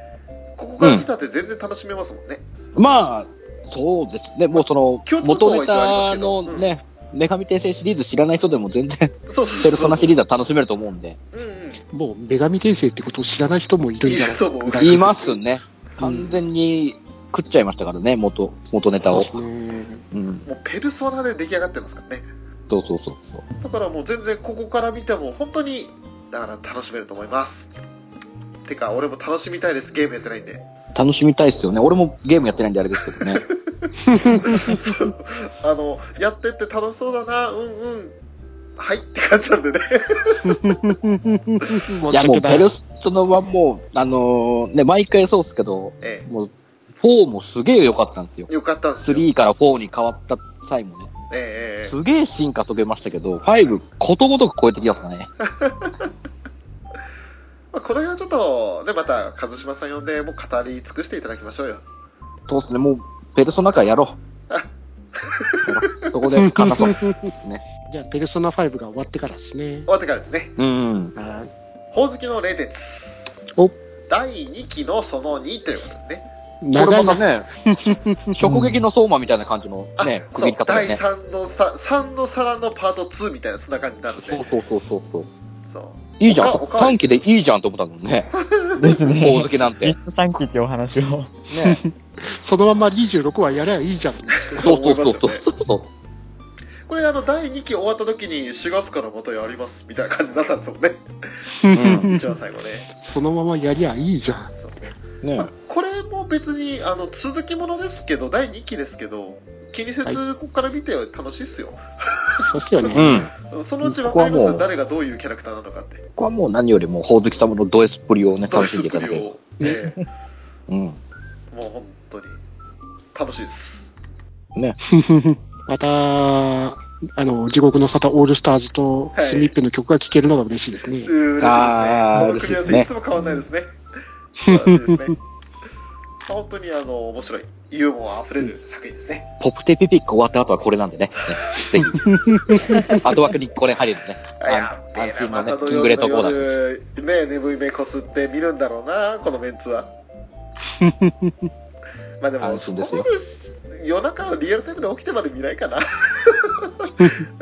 ここから見たって全然楽しめますもんね。まあ、そうですね。もうその共、通元項はネ一応ありまタすけどのね、女神転生シリーズ知らない人でも全然、そうそうそう。ペルソナシリーズは楽しめると思うんで。うんうん。もう女神転生ってことを知らない人もいるんじゃないですか。いると思う言いますね。完全に食っちゃいましたからね、元、元ネタを。そうですね。うん。もうペルソナで出来上がってますからね。そうそうそうそう。だからもう全然ここから見ても本当に、だから楽しめると思います。てか、俺も楽しみたいです。ゲームやってないんで。 楽しみたいですよね。俺もゲームやってないんであれですけどね。そうあの、やってって楽しそうだな、うんうん。はいって感じなんでね。い申やしも訳うなペい。ルソナはもう、あのーね、毎回そうですけど、えもう、4もすげえ良かったんですよ。え、よかったんですよ。 3から4に変わった際もね。ええすげえ進化遂げましたけど、5、ことごとく超えてきましたね。まあ、この辺はちょっと、ね、また、一島さん呼んで、もう語り尽くしていただきましょうよ。そうですね、もう、ペルソナからやろう。そこで語そう。じゃあ、ペルソナ5が終わってからですね。終わってからですね。うん。はほおずきの冷徹。お第2期のその2ということでね。いこ長れいまな。たね、直撃の相馬みたいな感じのあね、区そう切り方第でね。 3のさ、3の皿のパート2みたいな、そんな感じになるんでそ。うそうそうそうそう。そう。いいじゃんおかお、かわり短期でいいじゃんと思ったもんね。です ね大。好きなんて。実ね。質3期ってお話を。そのまま26話やりゃいいじゃん。そうそうそうそう思いますそう。これ、あの、第2期終わった時に、4月からまたやります、みたいな感じになったんですもんね。うん一番最後ね。そのままやりゃいいじゃん。そうねまあこれも別に、あの、続きものですけど、第2期ですけど、気にせはいず、ここから見て楽しいっすよ。そうっすようね。ん。そのうちわかりまここはすもう誰がどういうキャラクターなのかって。ここはもう何よりも、ほおずき様のドエスプリをね、楽しんでいただける。を。ええうん。もう本当に、楽しいです。また、あの、地獄の沙汰オールスターズとはいスミップの曲が聴けるのが嬉しいです嬉しい。ねですね。あーこの組み合嬉しいでわすねせいつも変わんないですね。素晴らしいですね。本当にあの、面白い、ユーモア溢れる作品ですね。ポプテテティック終わった後はこれなん でね。ねぜひ。後枠にこれ入るのね。いやあ、いい安心な、まのねた土キン曜グレッのドコーダ夜、ね、眠い目こすって見るんだろうな、このメンツ は。まあでも、安そ心でこすまよで夜中のリアルタイムで起きてまで見ない かな。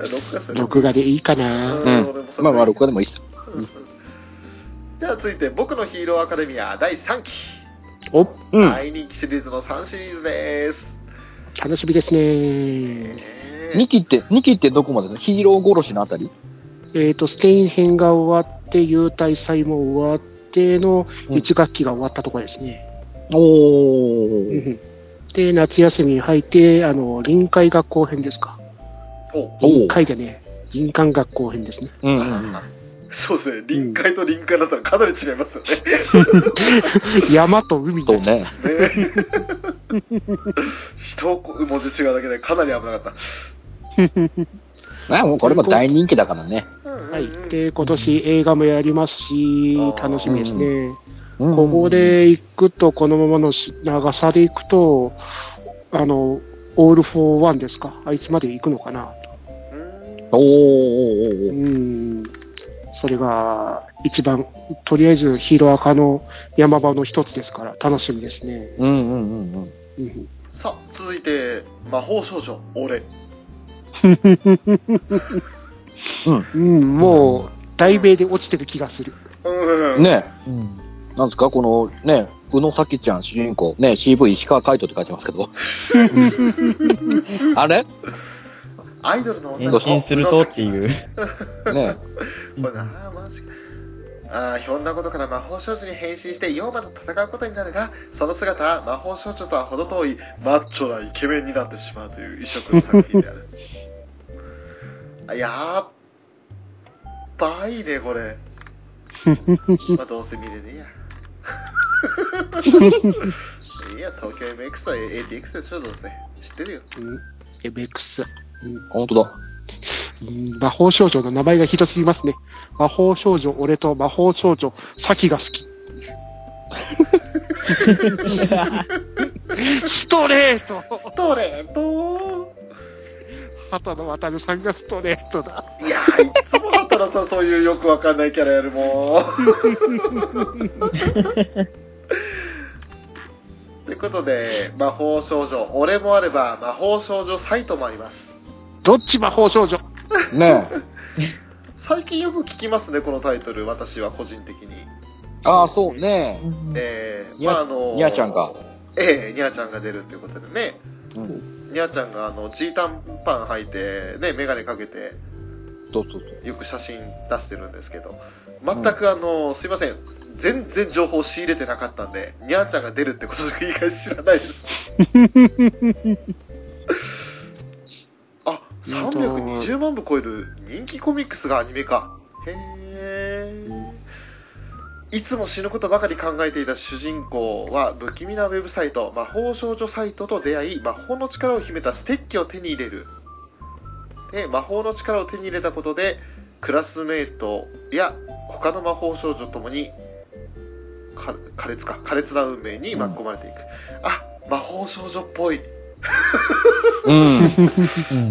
録画する。録画でいいかな。うん俺もそれまあまあ、録画でもいいっす。じゃあ続いて「僕のヒーローアカデミア」第3期、お、うん。大人気シリーズの3シリーズです、楽しみですね。え2期って、二期ってどこまでだヒーロー殺しのあたりえっ、と、ステイン編が終わって、幽体祭も終わってのうん1学期が終わったところですね。おー。で、夏休みに入って、あの、臨海学校編ですか。おおー臨海でね、林間学校編ですね。うんうんうん。そうですね臨海と臨海だったらかなり違いますよね山と海そうと、ね。ね一文字違うだけでかなり危なかっあもうこれも大人気だからね。た、うんうんうんはい。で、今年映画もやりますしあ、ー楽しみですね。こここ、で行くと、このままのし長さで行くと、あの、オール・フォー・ワンですか。あいつまで行くのかな。おーおーおうーん。それが、一番、とりあえずヒーローアカの山場の一つですから、楽しみですね。おー。うんうんうんうん。うん、さあ続いて「魔法少女俺うん、もう、題名で落ちてる気がする。」うんうんねうん。なんですかこのね、宇野咲ちゃん主人公、ね、CV 石川海人って書いてますけど。 あれアイドルの女延伸するとってういう。ねこれなあマジかああひょんなことから魔法少女に変身して妖魔と戦うことになるがその姿は魔法少女とは程遠いマッチョなイケメンになってしまうという異色の作品であるあやっばいねこれまあどうせ見れねえや いいや東京 MX と ATX でしょどうせ知ってるようん、エベックス。本当だ。うん魔法少女の名前がひどすぎますね。魔法少女、俺と魔法少女、サキが好き。ストレートストレート畑野渡さんがストレートだ。いやーいつもだったらさそういうよくわかんないキャラやるもん。ということで魔法少女俺もあれば魔法少女サイトもありますどっち魔法少女ね最近よく聞きますねこのタイトル私は個人的にああ、そうねえー、にゃまああのにゃちゃんがええにゃちゃんが出るということでねうにゃちゃんがあのジータンパン履いてね眼鏡かけてそうそうそう。よく写真出してるんですけど全くあの、すいません全然情報仕入れてなかったんでにゃーちゃんが出るってことしか以外知らないですあ320万部超える人気コミックスがアニメ化へえいつも死ぬことばかり考えていた主人公は不気味なウェブサイト魔法少女サイトと出会い魔法の力を秘めたステッキを手に入れるで魔法の力を手に入れたことでクラスメートや他の魔法少女ともにか苛烈か苛烈な運命に巻き込まれていく、あ魔法少女っぽいうん。 うん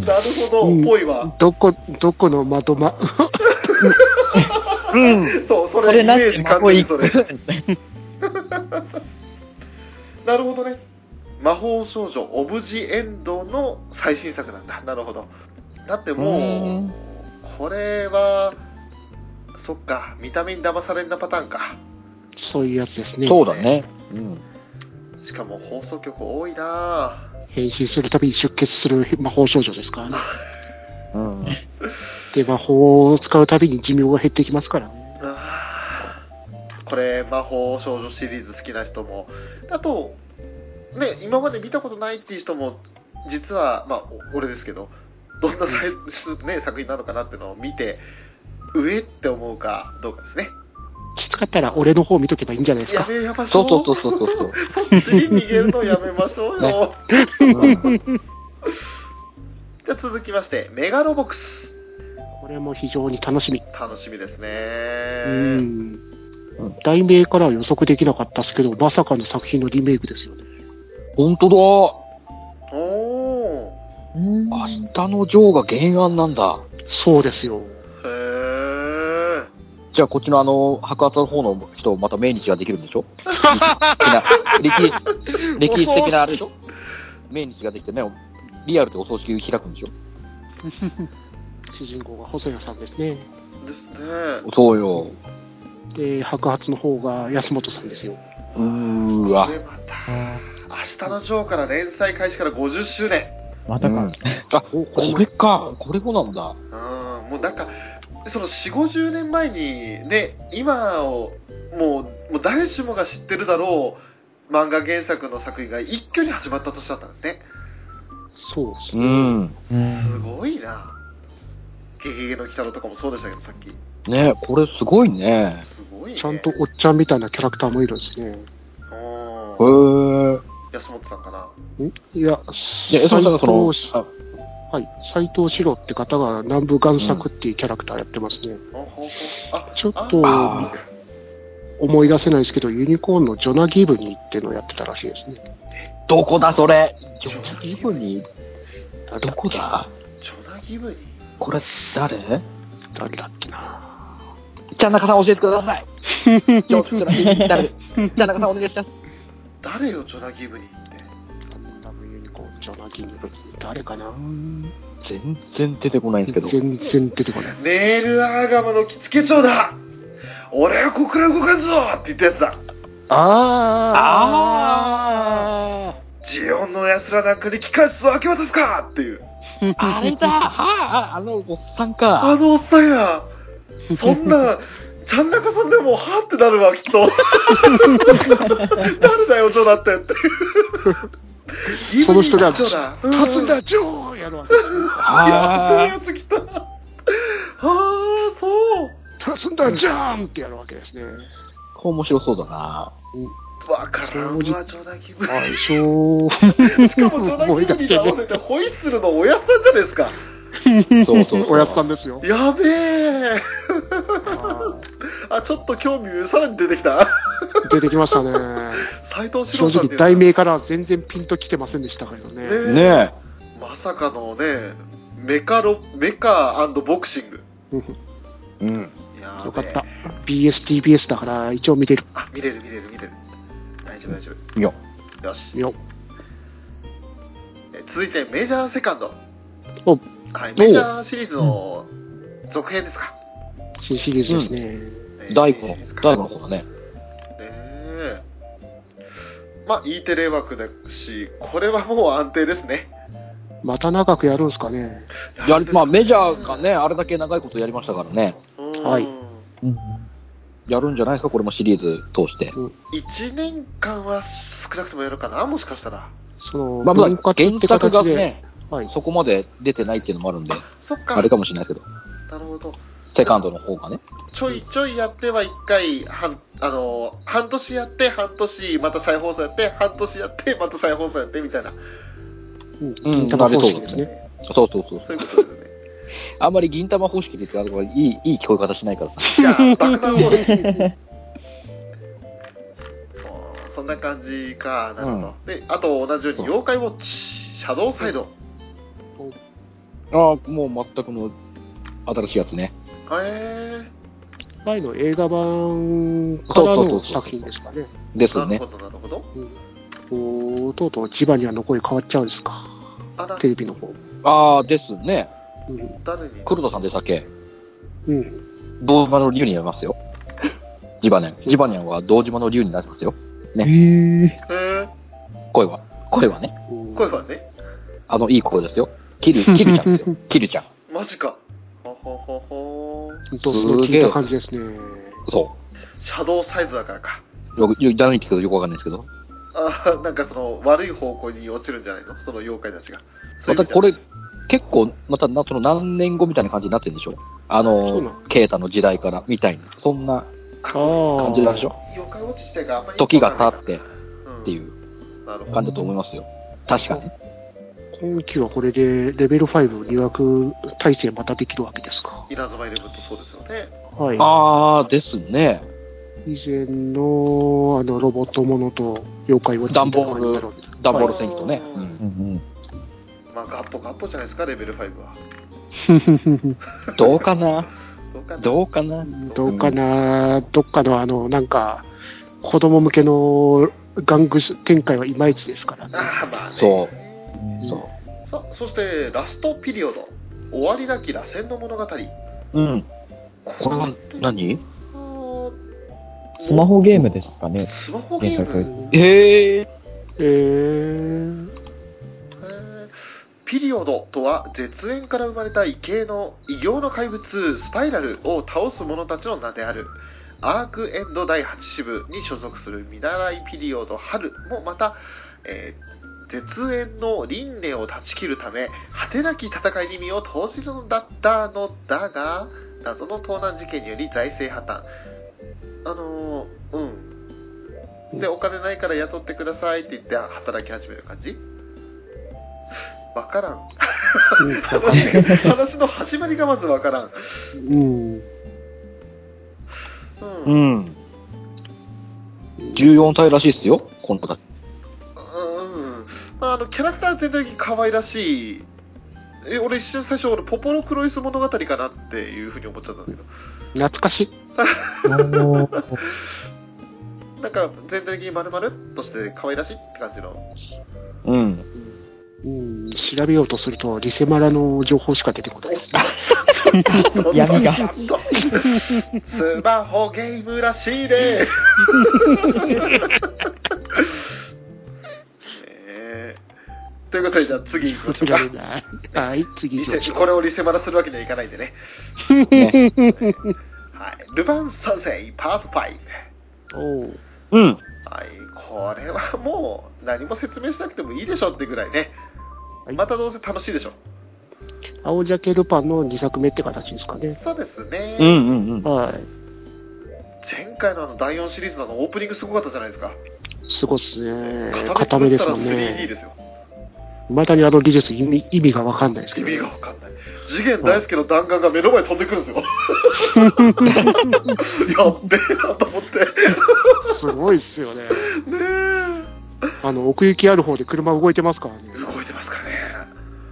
なるほうんどぽいわどこ、どこのまとま、うん。そうそそれれイなメんーてジかっ完こ全いにい。それなるほどね魔法少女オブジエンドの最新作なんだなるほどだってもううんこれはそっか見た目に騙されんなパターンかそういうやつですね。そうだね。うん。しかも放送局多いな変身するたびに出血する魔法少女ですからね。うん。で、魔法を使うたびに寿命が減っていきますから。あーこれ魔法少女シリーズ好きな人もあとね今まで見たことないっていう人も実はまあお俺ですけどどんなさい、ね、作品なのかなってのを見て上って思うかどうかですねきつかったら俺の方見とけばいいんじゃないですやか。めやましそょううそうそうそうそう。そっちに逃げるのやめましょうよ、ね うんじゃあ続きましてメガロボックスこれも非常に楽しみ。楽しみですねうん。題名からは予測できなかったですけど、まさかの作品のリメイクですよね。本当おおだ。明日のジョーが原案なんだ。そうですよ。ーへえじゃあこっちのあの、白髪の方の人、また命日ができるんでしょ歴史的な、歴史歴史的なあれでしょ命日ができてね、リアルでお葬式開くんでしょ主人公が細谷さんですね。ですねそうよ。で、白髪の方が安本さんですよ。うーこわ。れまた明日のジョーから連載開始から50周年またうかん。あ、これか。これもなんだ。うんもうなんかその4 5 0年前にね今をもうもう誰しもが知ってるだろう漫画原作の作品が一挙に始まった年だったんですねそうですうね。ん。すごいな「ゲゲゲの鬼太郎」とかもそうでしたけどさっきねこれすごいね。すごいねちゃんとおっちゃんみたいなキャラクターもいるんですね。へうんー。安本さんかないや、で、斎え、そうさんがその、藤あはい、斎藤史郎って方が南部贋作っていうキャラクターやってますね。あほうほうあちょっあと思い出せないですけど、ユニコーンのジョナ・ギブニーっていうのをやってたらしいですね。どこだそれジョナギブニーどこだジョナギブニこれ誰誰だっけな。田中さん教えてくだ さいジョナギブニー誰田中さんお願いします誰よジョナギブニって南部ユニコーン、ジョナ・ギブニー、誰かな全然出てこないんですけど全然出てこない。ネイルアーガムの着付け長だ俺はここから動かんぞって言ったやつだあジオンの奴らなんかで機関室を明け渡すかっていうーあれだはああのおっさんあかのおっさんやそんなちゃん中さんでもはってなるわきっと誰だよジョナってっていう その人だギブニー長だ立つんだ、ジョーやるわけですね。やっあべえやつ来たああそう立つんだ、ジャーンってやるわけですね。ー面白そうだなわからんわジョナギブニ最初、しかもジョナギブニに合わせてホイッスルのおやすさんじゃないですかそうそうそうおやすさんですよ。やべえあちょっと興味さらに出てきた 出てきましたね。斉藤史正郎さんっ直、ていうのは題名からは全然ピンときてませんでしたけどね。ねねまさかのねメカロメカボクシングえうんやべえよかった。BSTBS だから、一応見てる。あ見れる見れる見れる大丈夫大丈夫いやよしよ。え続いてメジャーセカンドおはいメジャーシリーズの続編ですか、新シリーズですね。ね大新工シのリーズか大工の方だねねえまあ E テレ枠だしこれはもう安定ですねまた長くやるんすかね。やりまあメジャーがねあれだけ長いことやりましたからねははいいうんやるんじゃないですかこれもシリーズ通して1年間は少なくともやるかなもしかしたらその、まあまあ分割原って作形がで、ねはい。そこまで出てないっていうのもあるんでそっかあれかもしれないけどなるほどセカンドの方がねちょいちょいやっては一回半あの半年やって半年また再放送やって半年やってまた再放送やってみたいなうん金玉方式ですね。そうそうそうそういうことですねあんまり銀玉方式って言ってあのいい、いい聞こえ方しないからさ。じゃあ、爆弾方式。あー そんな感じか、なるほど。で、あと同じように、妖怪ウォッチ、シャドウサイド。ああ、もう全くの新しいやつね。え前の映画版からそうそうそうそうの作品ですかね。ですー、よなるねほ。ど、なるほど。おーとうとうジバニアの声変わっちゃうんですか。あらテ、レビの方。ああ、ですね。うん。誰に黒田さんでしたっけうん。堂島の竜になります よ。ジバニャン。ジバニャンは堂島の竜になりますよ。ねへえ。えー、声は。声はね。うん声はね、あの、いい声ですよ。キル、キルちゃん ですよ。キルちゃん。マジか。ほほほほーどうする聞いた感じですね。そシャドウサイドだからか。う。よく、よく、誰に聞くとよくわかんないですけど。あーなんかその、悪い方向に落ちるんじゃないのその妖怪たちが。そうまいう意た味じこゃれ、結構、またな、その何年後みたいな感じになってるんでしょあそうのなの、ケータの時代から、みたいな。そんなあああ。感じなんでしょ妖怪ウォッチ自体があんまりよく時わかがんないな経ってっっていうなるほど感じだと思いますよ。確かに。今期はこれでレベル5二枠体制またできるわけですか。稲妻イレブンとそうですよねはい。あー、ですね。以前のあのロボットものと妖怪ウォッチダンボールみたいなのがあるダンボール戦記とね。うんうんうんまあガッポガッポじゃないですかレベル5はんだどうかなどうかなどうかなどうかな、どっかのあの、なんか、子供向けの玩具展開はいまいちですからね。ああまあねそうん。そさあそしてラストピリオド終わりなき螺旋の物語これう。うん。これは何はスマホゲームですかね。スマホゲー原作ムへえ。えー、へーピリオドとは絶縁から生まれた異形の異形の怪物スパイラルを倒す者たちの名であるアークエンド第8支部に所属する見習いピリオド春もまた、えー絶縁の輪廻を断ち切るため果てなき戦いに身を投じるのだったのだが謎の盗難事件により財政破綻あのーうんでお金ないから雇ってくださいって言って働き始める感じわからん話が話の始まりがまずわからん、うん。うんうんうん。14歳らしいっすよ、この子たち。うんまあ、あのキャラクター全体的に可愛らしいえ俺一瞬最初俺ポポロクロイス物語かなっていうふうに思っちゃったんだけど懐かしい。おーなんか全体的に丸々として可愛らしいって感じのうん。うん、調べようとすると、リセマラの情報しか出てこない です。闇がスマホゲームらし いねねえということでじゃあ次行きましょ調うかべない。はい、次リ行きまセしょこれをリセマラするわけにはいかないんでね。ねはい、ルヴァン三世パート5。はい、う。おううん。これはもう何も説明しなくてもいいでしょってぐらいね。はいまたどうせ楽しいでしょ。青ジャケルパンの2作目って形ですかね。そうですね。うんうんうん。はい。前回のあの第4シリーズのあのオープニングすごかったじゃないですか。すごいっすね。固固めめ作っでたすらもん 3D ね。ですよ。まだにあの技術意味意味がわかんないですけ意ど、味がわかんない。次元大輔の弾丸が目の前に飛んでくるん ですよ。やっべえなと思って。すごいっすよ ね。ねえ。あの、奥行きある方で車動いてますからね。動いてますかね。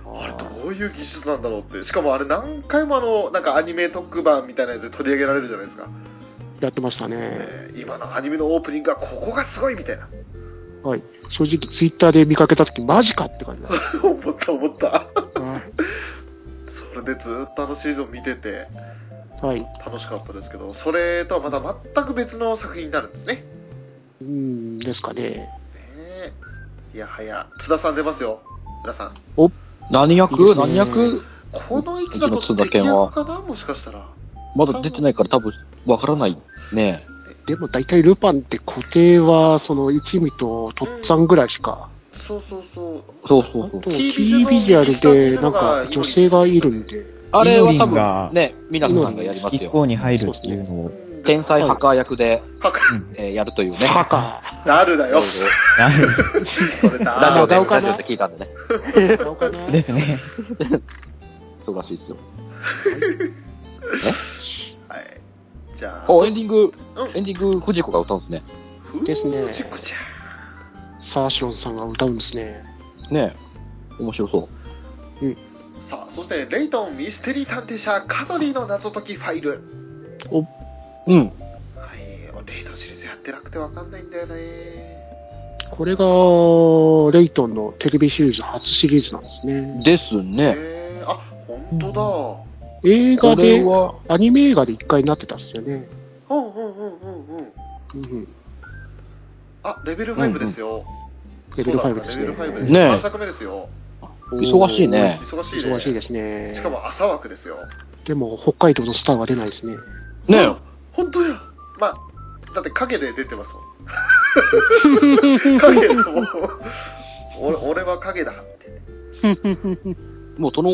あれどういう技術なんだろうってしかもあれ何回もあのなんかアニメ特番みたいなやつで取り上げられるじゃないですか、やってましたね。えー今のアニメのオープニングがここがすごいみたいなはい。正直、ツイッターで見かけたとき、マジかって感じだっ思った思った た。はそれでずっとあのシーズン見ててい。楽しかったですけどそれとはまた全く別の作品になるんですねねうん、ですかね。えいやはや津田さん出ますよ皆さん何役いいですね何役この位置だうとちの津田敵健は役かなもしかしたらまだ出てないから多分わからないね。でも、大体ルパンって固定は、その、一味とトッツァンぐらいしか。そうそうそうそうそうそとう。キービジュアルで、なんか、女性がいるんで。あれは多イノリンが分ね、ミナさんがやります一よ。方に入るっていうのを。天才ハッカー役で、はかうんえーやるというね。バカ。なる だよなるそれなラジオで、長岡ラなジオで聞いたんでね。バカなですね。人らしいですよ。はい。じゃあ、あ、エンディングうん、エンディング、藤子が歌うんですね。ふーですねちくちゃサーシロンさんが歌うんですね。ねえ面白そう。んさあ、そして、レイトンミステリー探偵者、カノリーの謎解きファイル。はい。うん。俺レイトンシリーズやってなくてわかんないんだよね。これが、レイトンのテレビシリーズ初シリーズなんですね。ですね。へえあ、本当だ。映こ画れで、は、アニメ映画で一回なってたんですよね。うんうんうんうんうん。うん、あ、レベル5ですよ。レベル5ですね。そうだレベル5ですねえ3作目ですよ。忙しいね。忙しいね。忙しいですねし。かも朝枠ですよ。でも、北海道のスターは出ないですね。ねあ本当や。まあ、だって影で出て ますもん。影でもう俺俺は影だって。えもうその、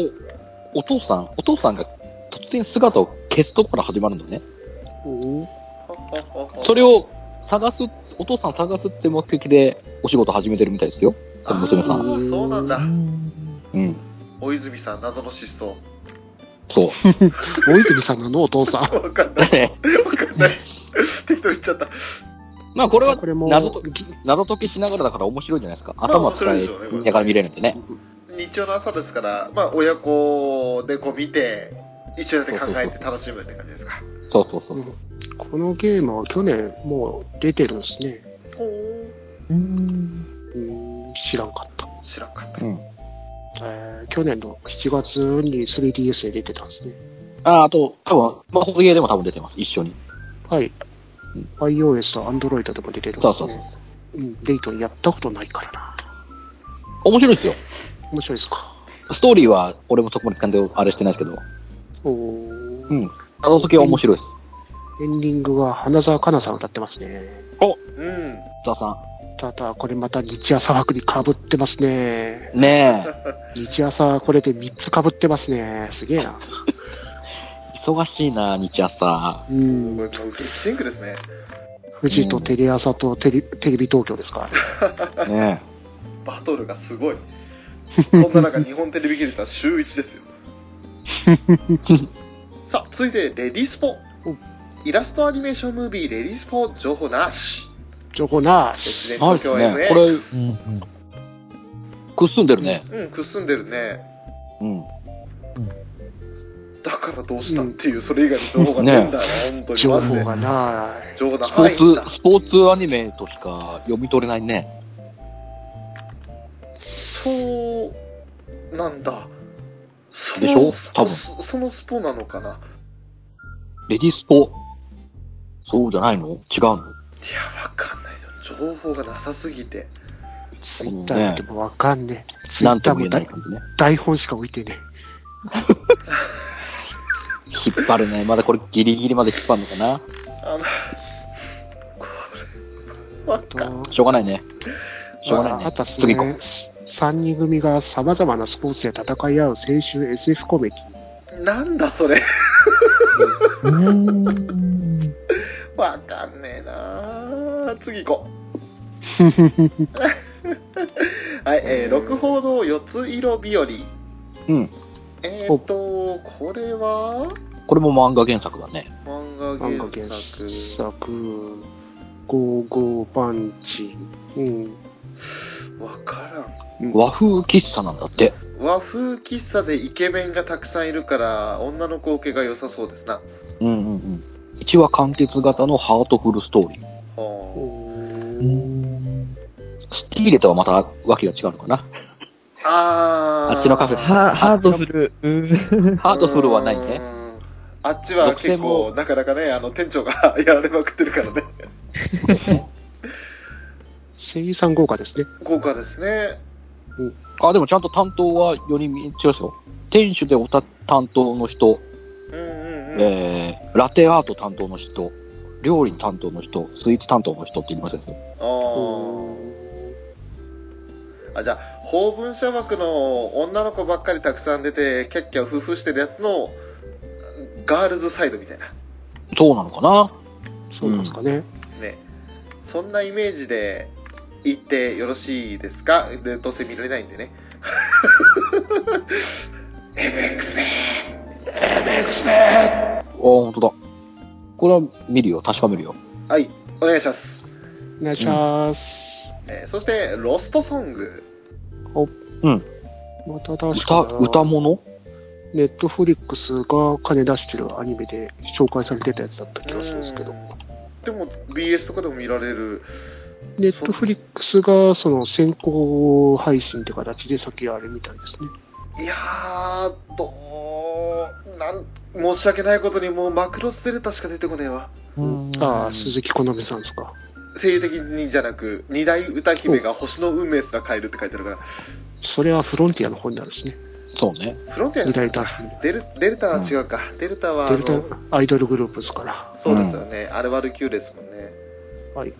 お父さん、お父さんが突然姿を消すとこから始まるのね。それを探す、お父さんを探すって目的でお仕事始めてるみたいですよ。あー娘さん。そうなんだう。んうん。大泉さん、謎の失踪。そう。大泉さんなのお父さん。わかんない。わかんない。 適当に言っちゃった。まあこれはこれも謎と謎解きしながらだから面白いんじゃないですか。頭使面白いいでしょうねこれながら見れるんでね。日曜の朝ですから、まあ、親子でこう見て、一緒になって考えて楽しむって感じですか。そうそうそう。このゲームは去年もう出てるんですね。ほううんうん、知らんかった。知らんかった。えー去年の7月に 3DS で出てたんですね。あ、あと、多分、まあ、ホゲーでも多分出てます。一緒に。はい。iOS と Android でも出てるんですそね。うそうそう。うん、デイトンやったことないからな。面白いですよ。面白いですか。ストーリーは、俺もそこまで感動あれしてないですけど、おーうん。謎解きは面白いです。エンディングは花澤香菜さん歌ってますね。うん。ザさただ、これまた日朝枠に被ってますね。ん。ね え、日朝、これで3つ被ってますね。すげえな。忙しいな、日朝。うんこ。れもう激戦区ですね。富士とテレ朝とテレテレビ東京ですか。ねバトルがすごい。そんな中、日本テレビ系列は週1ですよ。さあ、続いて、レディースポうん。イラストアニメーションムービー、レディースポ、情報なし。情報な別し。で東京ないですね MX。うんえ、くっすんでるね。うん、くすんでるね。うん。だからどうしたっていう、それ以外の情報がないんだよ、本当に。情マジ報で。がない。情報がスポないんだーツ、。スポーツアニメとしか読み取れないね。そうなんだ。そでしょそ多分そそのスポなのかな。いや、レディスポ。そうじゃないの違うのわかんないよ。情報がなさすぎて。ツイッター見てもわかんねえ。ツイなッんとターも言もえない台感じね。台本しか置いてねえ。引っ張るね。まだこれギリギリまで引っ張るのかなあの、これ、わかんない。としょうがないね。しょうがないあね。あったっす次行こね。3人組がさまざまなスポーツで戦い合う青春 SF コメディ。なんだそれ。うんうんわかんねえなあ次行こ う。はい、えー、六報堂四つ色日和。う。うん。えー、っと、これはこれも漫画原作だね。漫画漫画原原作。作。ゴーゴーパンチ。うん。わからん。和風喫茶なんだって。和風喫茶でイケメンがたくさんいるから女の子受けが良さそうですなうんうんうん。1話完結型のハートフルストーリー。はうんスティーレとはまたわけが違うのかな。ああーあっちのカフェハハードフル。うんハートフルはないね。うんあっちは結構なかなかねあの店長が やられまくってるからね声優さん豪華ですね。豪華ですねあ、でもちゃんと担当は4人違うですよ。店主でおた担当の人、うんうんうんえー、ラテアート担当の人、料理担当の人、スイーツ担当の人って言いましたけど。あーあじゃあ法文社枠の女の子ばっかりたくさん出てキャッキャフフしてるやつのガールズサイドみたいなそうなのかなそうなんですかね。ねそんなイメージで行ってよろしいですかでどうせ見られないんでねエムエクスメおー、本当だ。これは見るよ。確かめるよ。はい、お願いします。お願いします。えーそして、ロストソング。また確歌、か歌物ネットフリックスが金出してるアニメで紹介されてたやつだった気がするんですけどう、んでも、BS とかでも見られる。ネットフリックスがその先行配信って形で先あれみたいですね。いやー、どう、なん、申し訳ないことにもうマクロスデルタしか出てこねえわ。ああ、鈴木好美さんですか。声優的にじゃなく、二大歌姫が星の運命すら変えるって書いてあるから、それはフロンティアの方になるんですね。そうね。フロンティア二じゃな大いダーフィデルデルタは違うか。デルタは、あデルの、タアイドルグループですから。そうですよね。あれワルキューレですもんね。はい。フ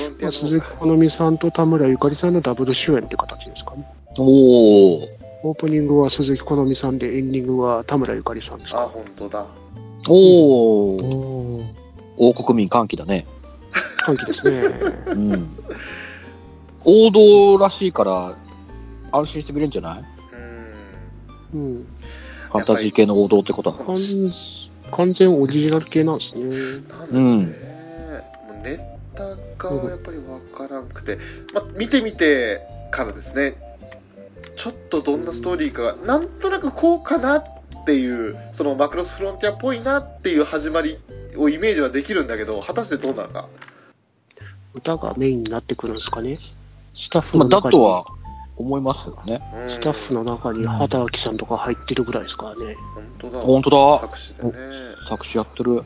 ロンティアまあ、の方鈴木好美さんと田村ゆかりさんのダブル主演って形ですかね。おー。オープニングは鈴木好美さんで、エンディングは田村ゆかりさんですあ、か。本当だ。おー。おー王国民歓喜だね。歓喜ですね。 うん。王道らしいから、安心して見れるんじゃないうん。うん。ファンタジー系の王道ってことは。完完全オリジナル系なんですね。なんですね。もうネタがやっぱりわからんくて、まあ、見てみてからですね、ちょっとどんなストーリーかが、なんとなくこうかなっていう、そのマクロスフロンティアっぽいなっていう始まりをイメージはできるんだけど、果たしてどうなのか。歌がメインになってくるんですかね。スタッフまのあ、だ中とはに、思いますよね。うんスタッフ。の中に畑脇さんとか入ってるぐらいですからね。本当だ。本当だ。作詞でね。作詞やってる。はい。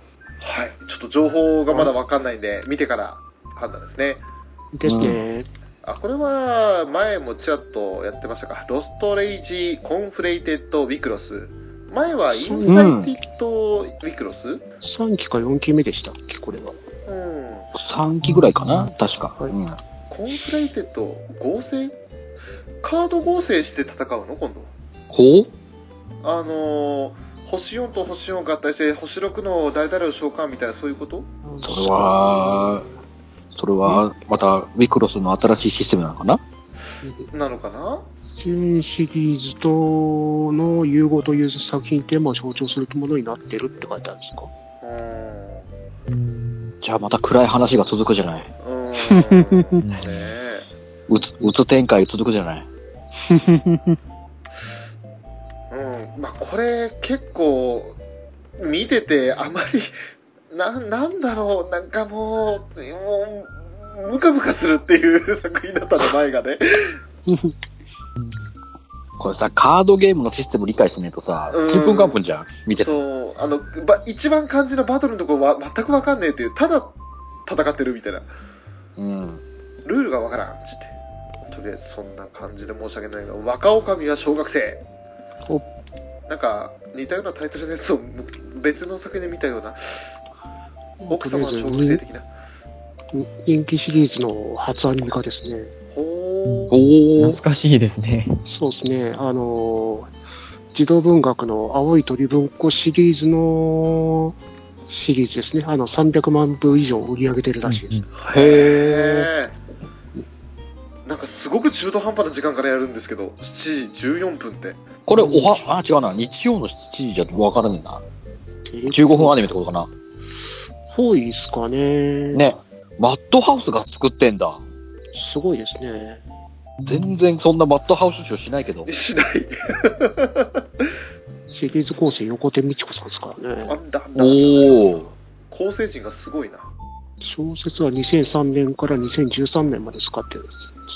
ちょっと情報がまだわかんないんで、見てから判断ですね。ですね。あ、これは前もちらっとやってましたか。ロストレイジコンフレイテッドウィクロス。前はインサイティッドウィクロス、うん、 3期か4期目でしたっけ、これは。 3期ぐらいかな確か。はいうん。コンフレイテッド合成カード合成して戦うの今度。ほうあのー、星4と星4合体して星6の誰々を召喚みたいなそういうことそれは、それは、また、ウィクロスの新しいシステムなのかななのかな新シリーズとの融合という作品テーマを象徴するものになってるって書いてあるんですかうん。うんじゃあまた暗い話が続くじゃない。うーんねえうつ、うつ展開続くじゃない。うん、まあこれ結構見ててあまり ななんだろうなんかもうもうムカムカするっていう 作品だったの前がねこれさ、カードゲームのシステム理解しないとさうん、ちんぷんかんぷんじゃん。見てて。そうあのば一番肝心のバトルのところは全く分かんねえっていうただ戦ってるみたいなうん。ルールが分からんっつってとりあえずそんな感じで申し訳ないが若女将は小学生おなんか似たようなタイトルのやつを別の作品で見たような奥様は小学生的な人気シリーズの初アニメ化ですね。ほーお懐ー。かしいですね。そうですね。あのー、児童文学の青い鳥文庫シリーズのシリーズですね。あの、300万部以上売り上げてるらしいです。へー。なんかすごく中途半端な時間からやるんですけど7時14分ってこれ、おは、あ、違うな。日曜の7時じゃわからねえな。15分アニメってことかな。多いですかね。ね。マッドハウスが作ってんだ。すごいですね。全然そんなマッドハウス集しないけど。しないシリーズ構成横手美智子さんですからねあ。んだあんだおー。構成陣がすごいな小説は2003年から2013年まで使って続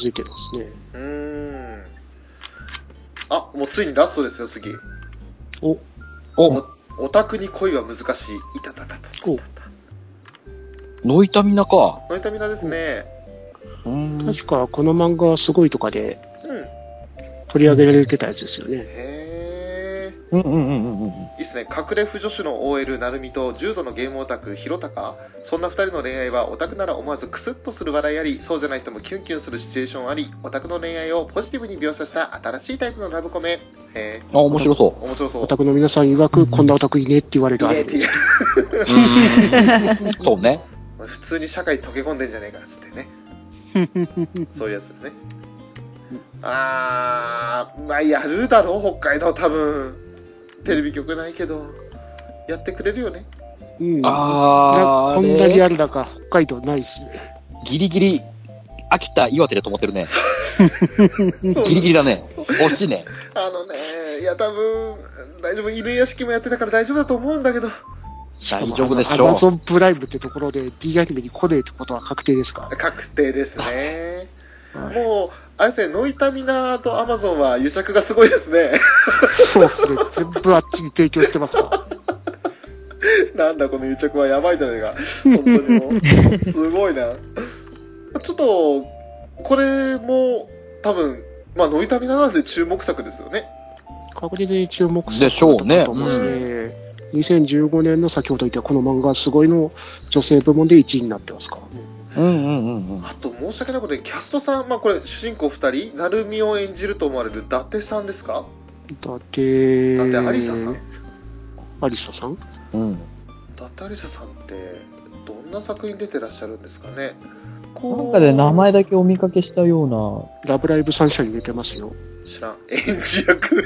いてるんですね。うーんあもうついにラストですよ次お、お、オタクに恋は難しいいたたたたおノイタミナか。ノイタミナですねうん。確かこの漫画はすごいとかでうんへ取り上げられてたやつですよね。えうんうんうんうんうん。いいっすね隠れ婦女子の OL なるみと重度のゲームオタクひろたかそんな2人の恋愛はオタクなら思わずクスッとする笑いありそうじゃない人もキュンキュンするシチュエーションありオタクの恋愛をポジティブに描写した新しいタイプのラブコメへえあ、面白そう。面白そうオタクの皆さん曰くこんなオタクいねって言われるアニいメいねいいねそうね。 普通に社会に溶け込んでんじゃねえかっつってね そういうやつですねあーまあやるだろう北海道多分テレビ局ないけどやってくれるよねうん、あー、なこんなリあアれルだか北海道ないっすね。ギリギリ、秋田、岩手で止まってるね。そうギリギリだね。惜しいね。あのねいや多分大丈夫犬屋敷もやってたから大丈夫だと思うんだけど大丈夫でしアょマゾう。ンプライムってところで D アニメに来ねえってことは確定ですか 確定ですねはいもうあれですねノイタミナとアマゾンは癒着がすごいです ねそうっすね。全部あっちに提供してますかなんだこの癒着はやばいじゃないか本当にもうすごいなちょっとこれも多分まあノイタミナなんで注目作ですよねら。確実に注目でしょうねだと思いますね。2015年の先ほど言ったこの漫画すごいの女性部門で1位になってますからね。うんうんうんうん。あと申し訳ないことにキャストさん、まあ、これ主人公2人成海を演じると思われる伊達さんですかだって、伊達ありささん伊アリサさんうん。達ありささんってどんな作品出てらっしゃるんですかねこうなんかで名前だけお見かけしたようラブライブサンシャイン出てますよ。知らん演じ役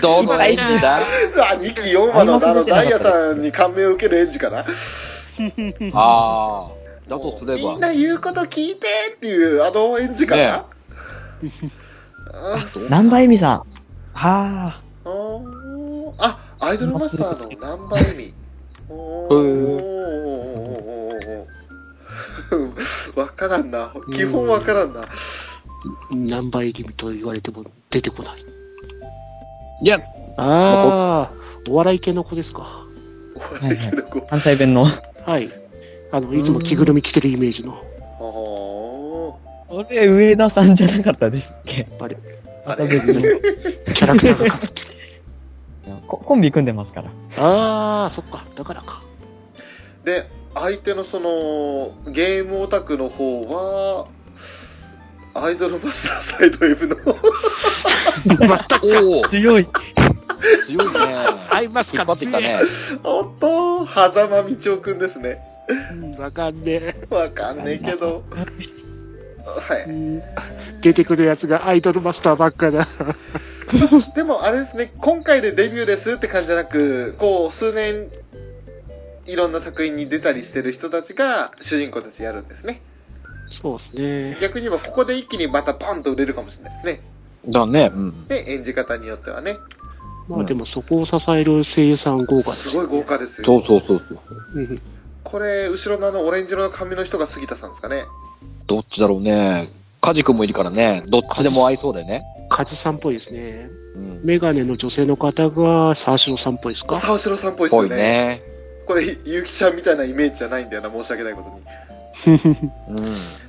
どの演技だあ2期4話のあのダイヤさんに感銘を受ける演じかなああ。だとすれもうみばん。な言うこと聞いてっていうあの演じかな、ねあな、南波恵美さん。はあ。あーあアイドルマスターのナンバーエミ。おーへお ーわからんな。基本わからんな。何倍気味と言われても出てこない。いや、ああ、お笑い系の子ですか。お 笑い系の子関西弁の。はい。あの、いつも着ぐるみ着てるイメージの。ああれ、上田さんじゃなかったですっけあれまた別に。キャラクターがか ぶってる。ココンビ組んでますから。ああ、そっか。だからか。ーで、相手のその、ゲームオタクの方は、アイドルマスターサイド M の おお、強強いい。ね。合います引かっ張ってきたね。おっと狭間道夫くんですねうんわかんねわかんねえけどはいえうん。出てくるやつがアイドルマスターばっかだ。でもあれですね、今回でデビューですって感じじゃなく、こう、数年、いろんな作品に出たりしてる人たちが主人公たちやるんですね。そうですね。逆に言えばここで一気にまたパンと売れるかもしれないですね。だね。うん。で、演じ方によってはね。まあでもそこを支える声優さん豪華ですすごい豪華ですそよ。うそうそうそう。うん。これ、後ろのあのオレンジ色の髪の人が杉田さんですかね。どっちだろうね。カジ君もいるからね。どっちでも合いそうだよね。カジさんっぽいですね。うん。メガネの女性の方が沢城さんっぽいですか。沢城さんっぽいぽですよいね。ね。これ、ゆきちゃんみたいなイメージじゃないんだよな、申し訳ないことに。うん。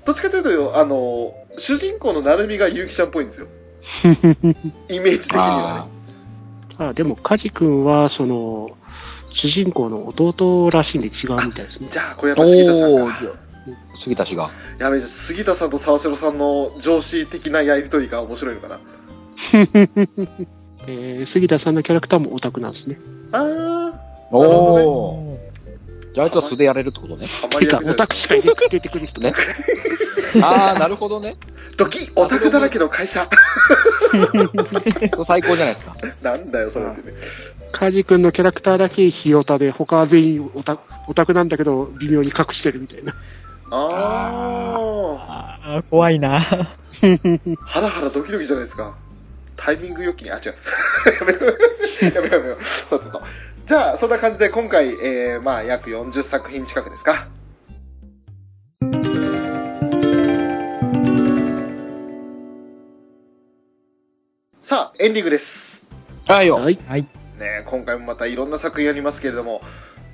どっちかというとよ、あの、主人公のなるみがゆきちゃんっぽいんですよ。イメージ的にはあね。あでもカジ君はその主人公の弟らしいんで違うみたいですね。じゃあ、これやっ あ。ぱ杉田さんおかお。。杉田氏が。やべえ、杉田さんと沢城さんの上司的なやりとりが面白いのかな。えー、杉田さんのキャラクターもオタクなんですね。あおなるほおー。じゃああいつは素でやれるってことね。ー、あまてりか役にオ立たタクしかいなく出てくる人ね。ああ、なるほどね。ないドキッオタクだらけの会社 最高じゃないですか。なんだよ、それってね。カジ君のキャラクターだけヒヨタで他は全員オタオタクなんだけど微妙に隠してるみたいな。あああ、怖いな。ー、ハラハラドキドキじゃないですか。タイミングよきに、あ、違う。 やめよう、やめよう、やめよう。そうそうそう。じゃあ、そんな感じで今回、えー、まあ、約40作品近くですか。さあ、エンディングです。はいよ。はい。はい。ね、今回もまたいろんな作品ありますけれども、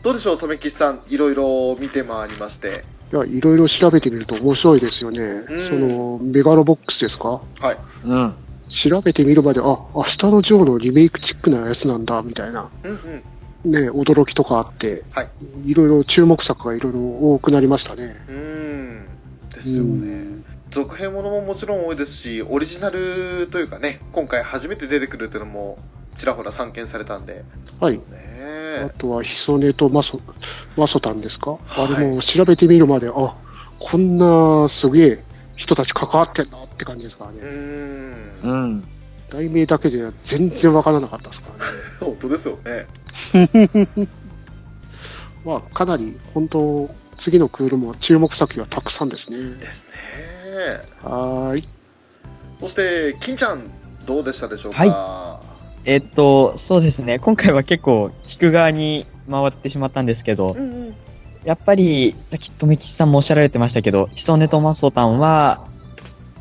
どうでしょう、留吉さん、いろいろ見て回りまして、いや、いろいろ調べてみると面白いですよね。んその、メガロボックスですかはい、うん。調べてみるまで、あ、明日のジョーのリメイクチックなやつなんだ、みたいな、うんうん、ね、驚きとかあって、はい、いろいろ注目作がいろいろ多くなりましたね。うーん、ですようね。続編ものももちろん多いですし、オリジナルというかね、今回初めて出てくるっていうのも、ちらほら散見されたんで、はい。ねあえ、とは、ヒソネとマソ、マソタンですかあはいれも調べてみるまで、あ、こんなすげえ人たち関わってんなって感じですからうーね。ん、うん。題名だけで全然わからなかったですからね。本当ですよね。まあ、かなり本当、次のクールも注目作品はたくさんですね。ですね。はーい。そして、金ちゃん、どうでしたでしょうか。えっと、そうですね。今回は結構聞く側に回ってしまったんですけどう、んうん。やっぱり、さっきとめきちさんもおっしゃられてましたけど、ヒソネとマソタンは、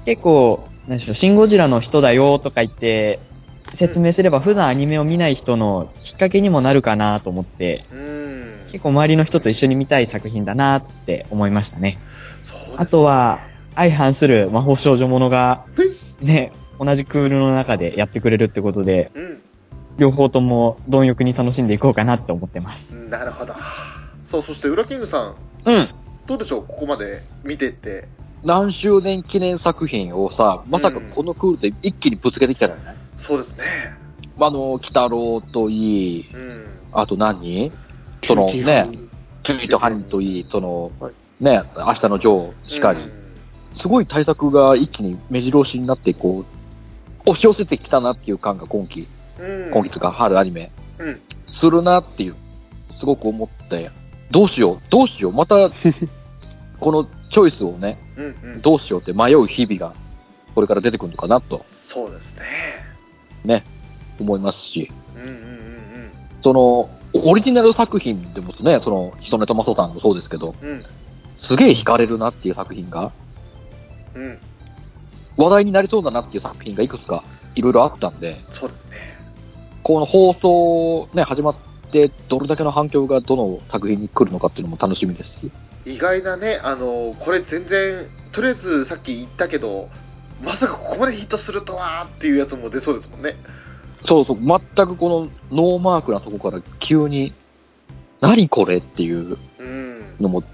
結構、何でしょう、シン・ゴジラの人だよとか言って、説明すれば普段アニメを見ない人のきっかけにもなるかなと思って、うん。結構周りの人と一緒に見たい作品だなって思いましたね。そうですねあとは、相反する魔法少女ものが、ね、同じクールの中でやってくれるってことで、う両方とも貪欲に楽しんでいこうかなって思ってます。ん。なるほど。さあ、そして、裏キングさん、うん。どうでしょうここまで見てって。何周年記念作品をさ、まさかこのクールで一気にぶつけてきたじゃない、そうですね。あの、鬼太郎といい、うん。あと何そのキューねティーハ、ニーキューとハニーといい、そのはい、ね、明日のジョーしかりう、んすごい対策が一気に目白押しになって、こう、押し寄せてきたなっていう感が今期、うん。今期とか春アニメ、うんするなっていう、すごく思って、どうしよう、どうしよう、ま た、このチョイスをね、うんうん。どうしようって迷う日々が、これから出てくるのかなとそうですね。思いますし、うんうんうんその、オリジナル作品でもね、その、ヒソネトマソタンもそうですけど、うん。うんすげえ惹かれるなっていう作品が、うん。話題になりそうだなっていう作品がいくつかいろいろあったんで、そうですね。この放送ね、始まってどれだけの反響がどの作品に来るのかっていうのも楽しみですし、意外だね。あの、これ全然、とりあえずさっき言ったけど、まさかここまでヒットするとはっていうやつも出そうですもんね。そうそう、全くこのノーマークなとこから急に、何これっていううん。ねのも、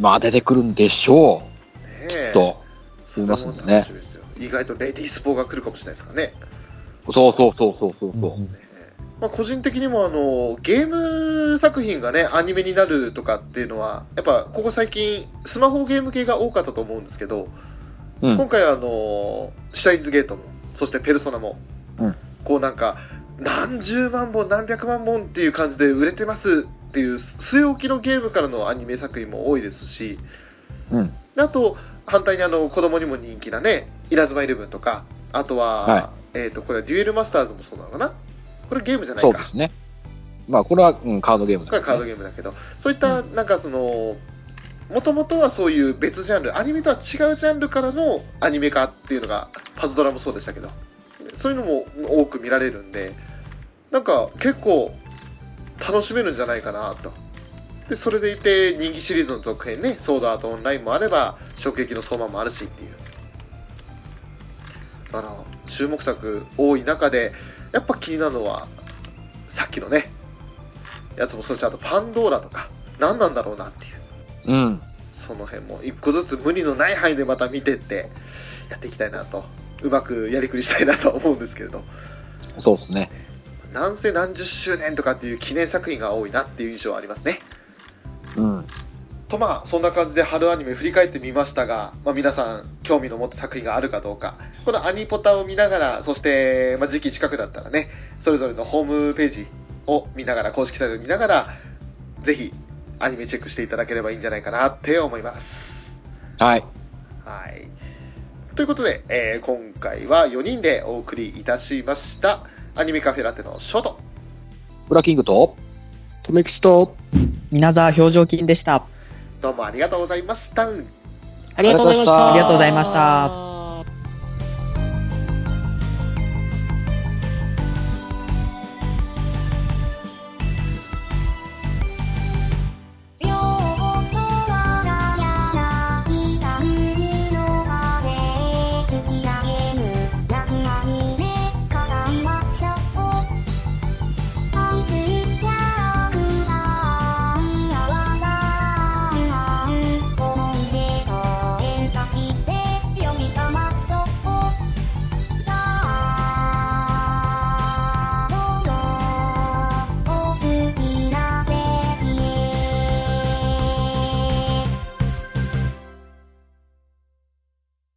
まあ出てくるんでしょえう、と。そみれまもせんね楽しみですよ意外とレディースポーが来るかもしれないですからね。そうそうそうそうそううそんまあ、個人的にもあのゲーム作品がねアニメになるとかっていうのはやっぱここ最近スマホゲーム系が多かったと思うんですけど、う。うん今。回はあのシュタインズゲートもそしてペルソナも、うんこうなんか何十万本何百万本っていう感じで売れてますっていう据え置きのゲームからのアニメ作品も多いですしうん。であと反対にあの子供にも人気なね「イナズマイレブン」とかあとは、はえっ、とこれは「デュエルマスターズ」もそうなのかなこれゲームじゃないかそうですね。まあこれは、うん、カードゲームこれではカーすドね。ゲームだけど、そういったなんかそのもともとはそういう別ジャンルアニメとは違うジャンルからのアニメ化っていうのがパズドラもそうでしたけどそういうのも多く見られるんでなんか結構楽しめるんじゃないかなとでそれでいて人気シリーズの続編ね「ソードアートオンライン」もあれば「衝撃の相馬」もあるしっていうあの注目作多い中でやっぱ気になるのはさっきのねやつもそうしあとパンドーラとか何なんだろうなっていううん。その辺も一個ずつ無理のない範囲でまた見てってやっていきたいなとうまくやりくりしたいなと思うんですけれどそうですね。なんせ何十周年とかっていう記念作品が多いなっていう印象はありますねうん。とまあそんな感じで春アニメ振り返ってみましたが、まあ、皆さん興味の持った作品があるかどうかこのアニポタを見ながらそして、まあ、時期近くだったらねそれぞれのホームページを見ながら公式サイトを見ながらぜひアニメチェックしていただければいいんじゃないかなって思いますはい。はいということで、えー今回は4人でお送りいたしましたアニメカフェラテのショートブラキングと、とめきちと、皆沢表情筋でした。どうもありがとうございましたありがとうございました。。ありがとうございました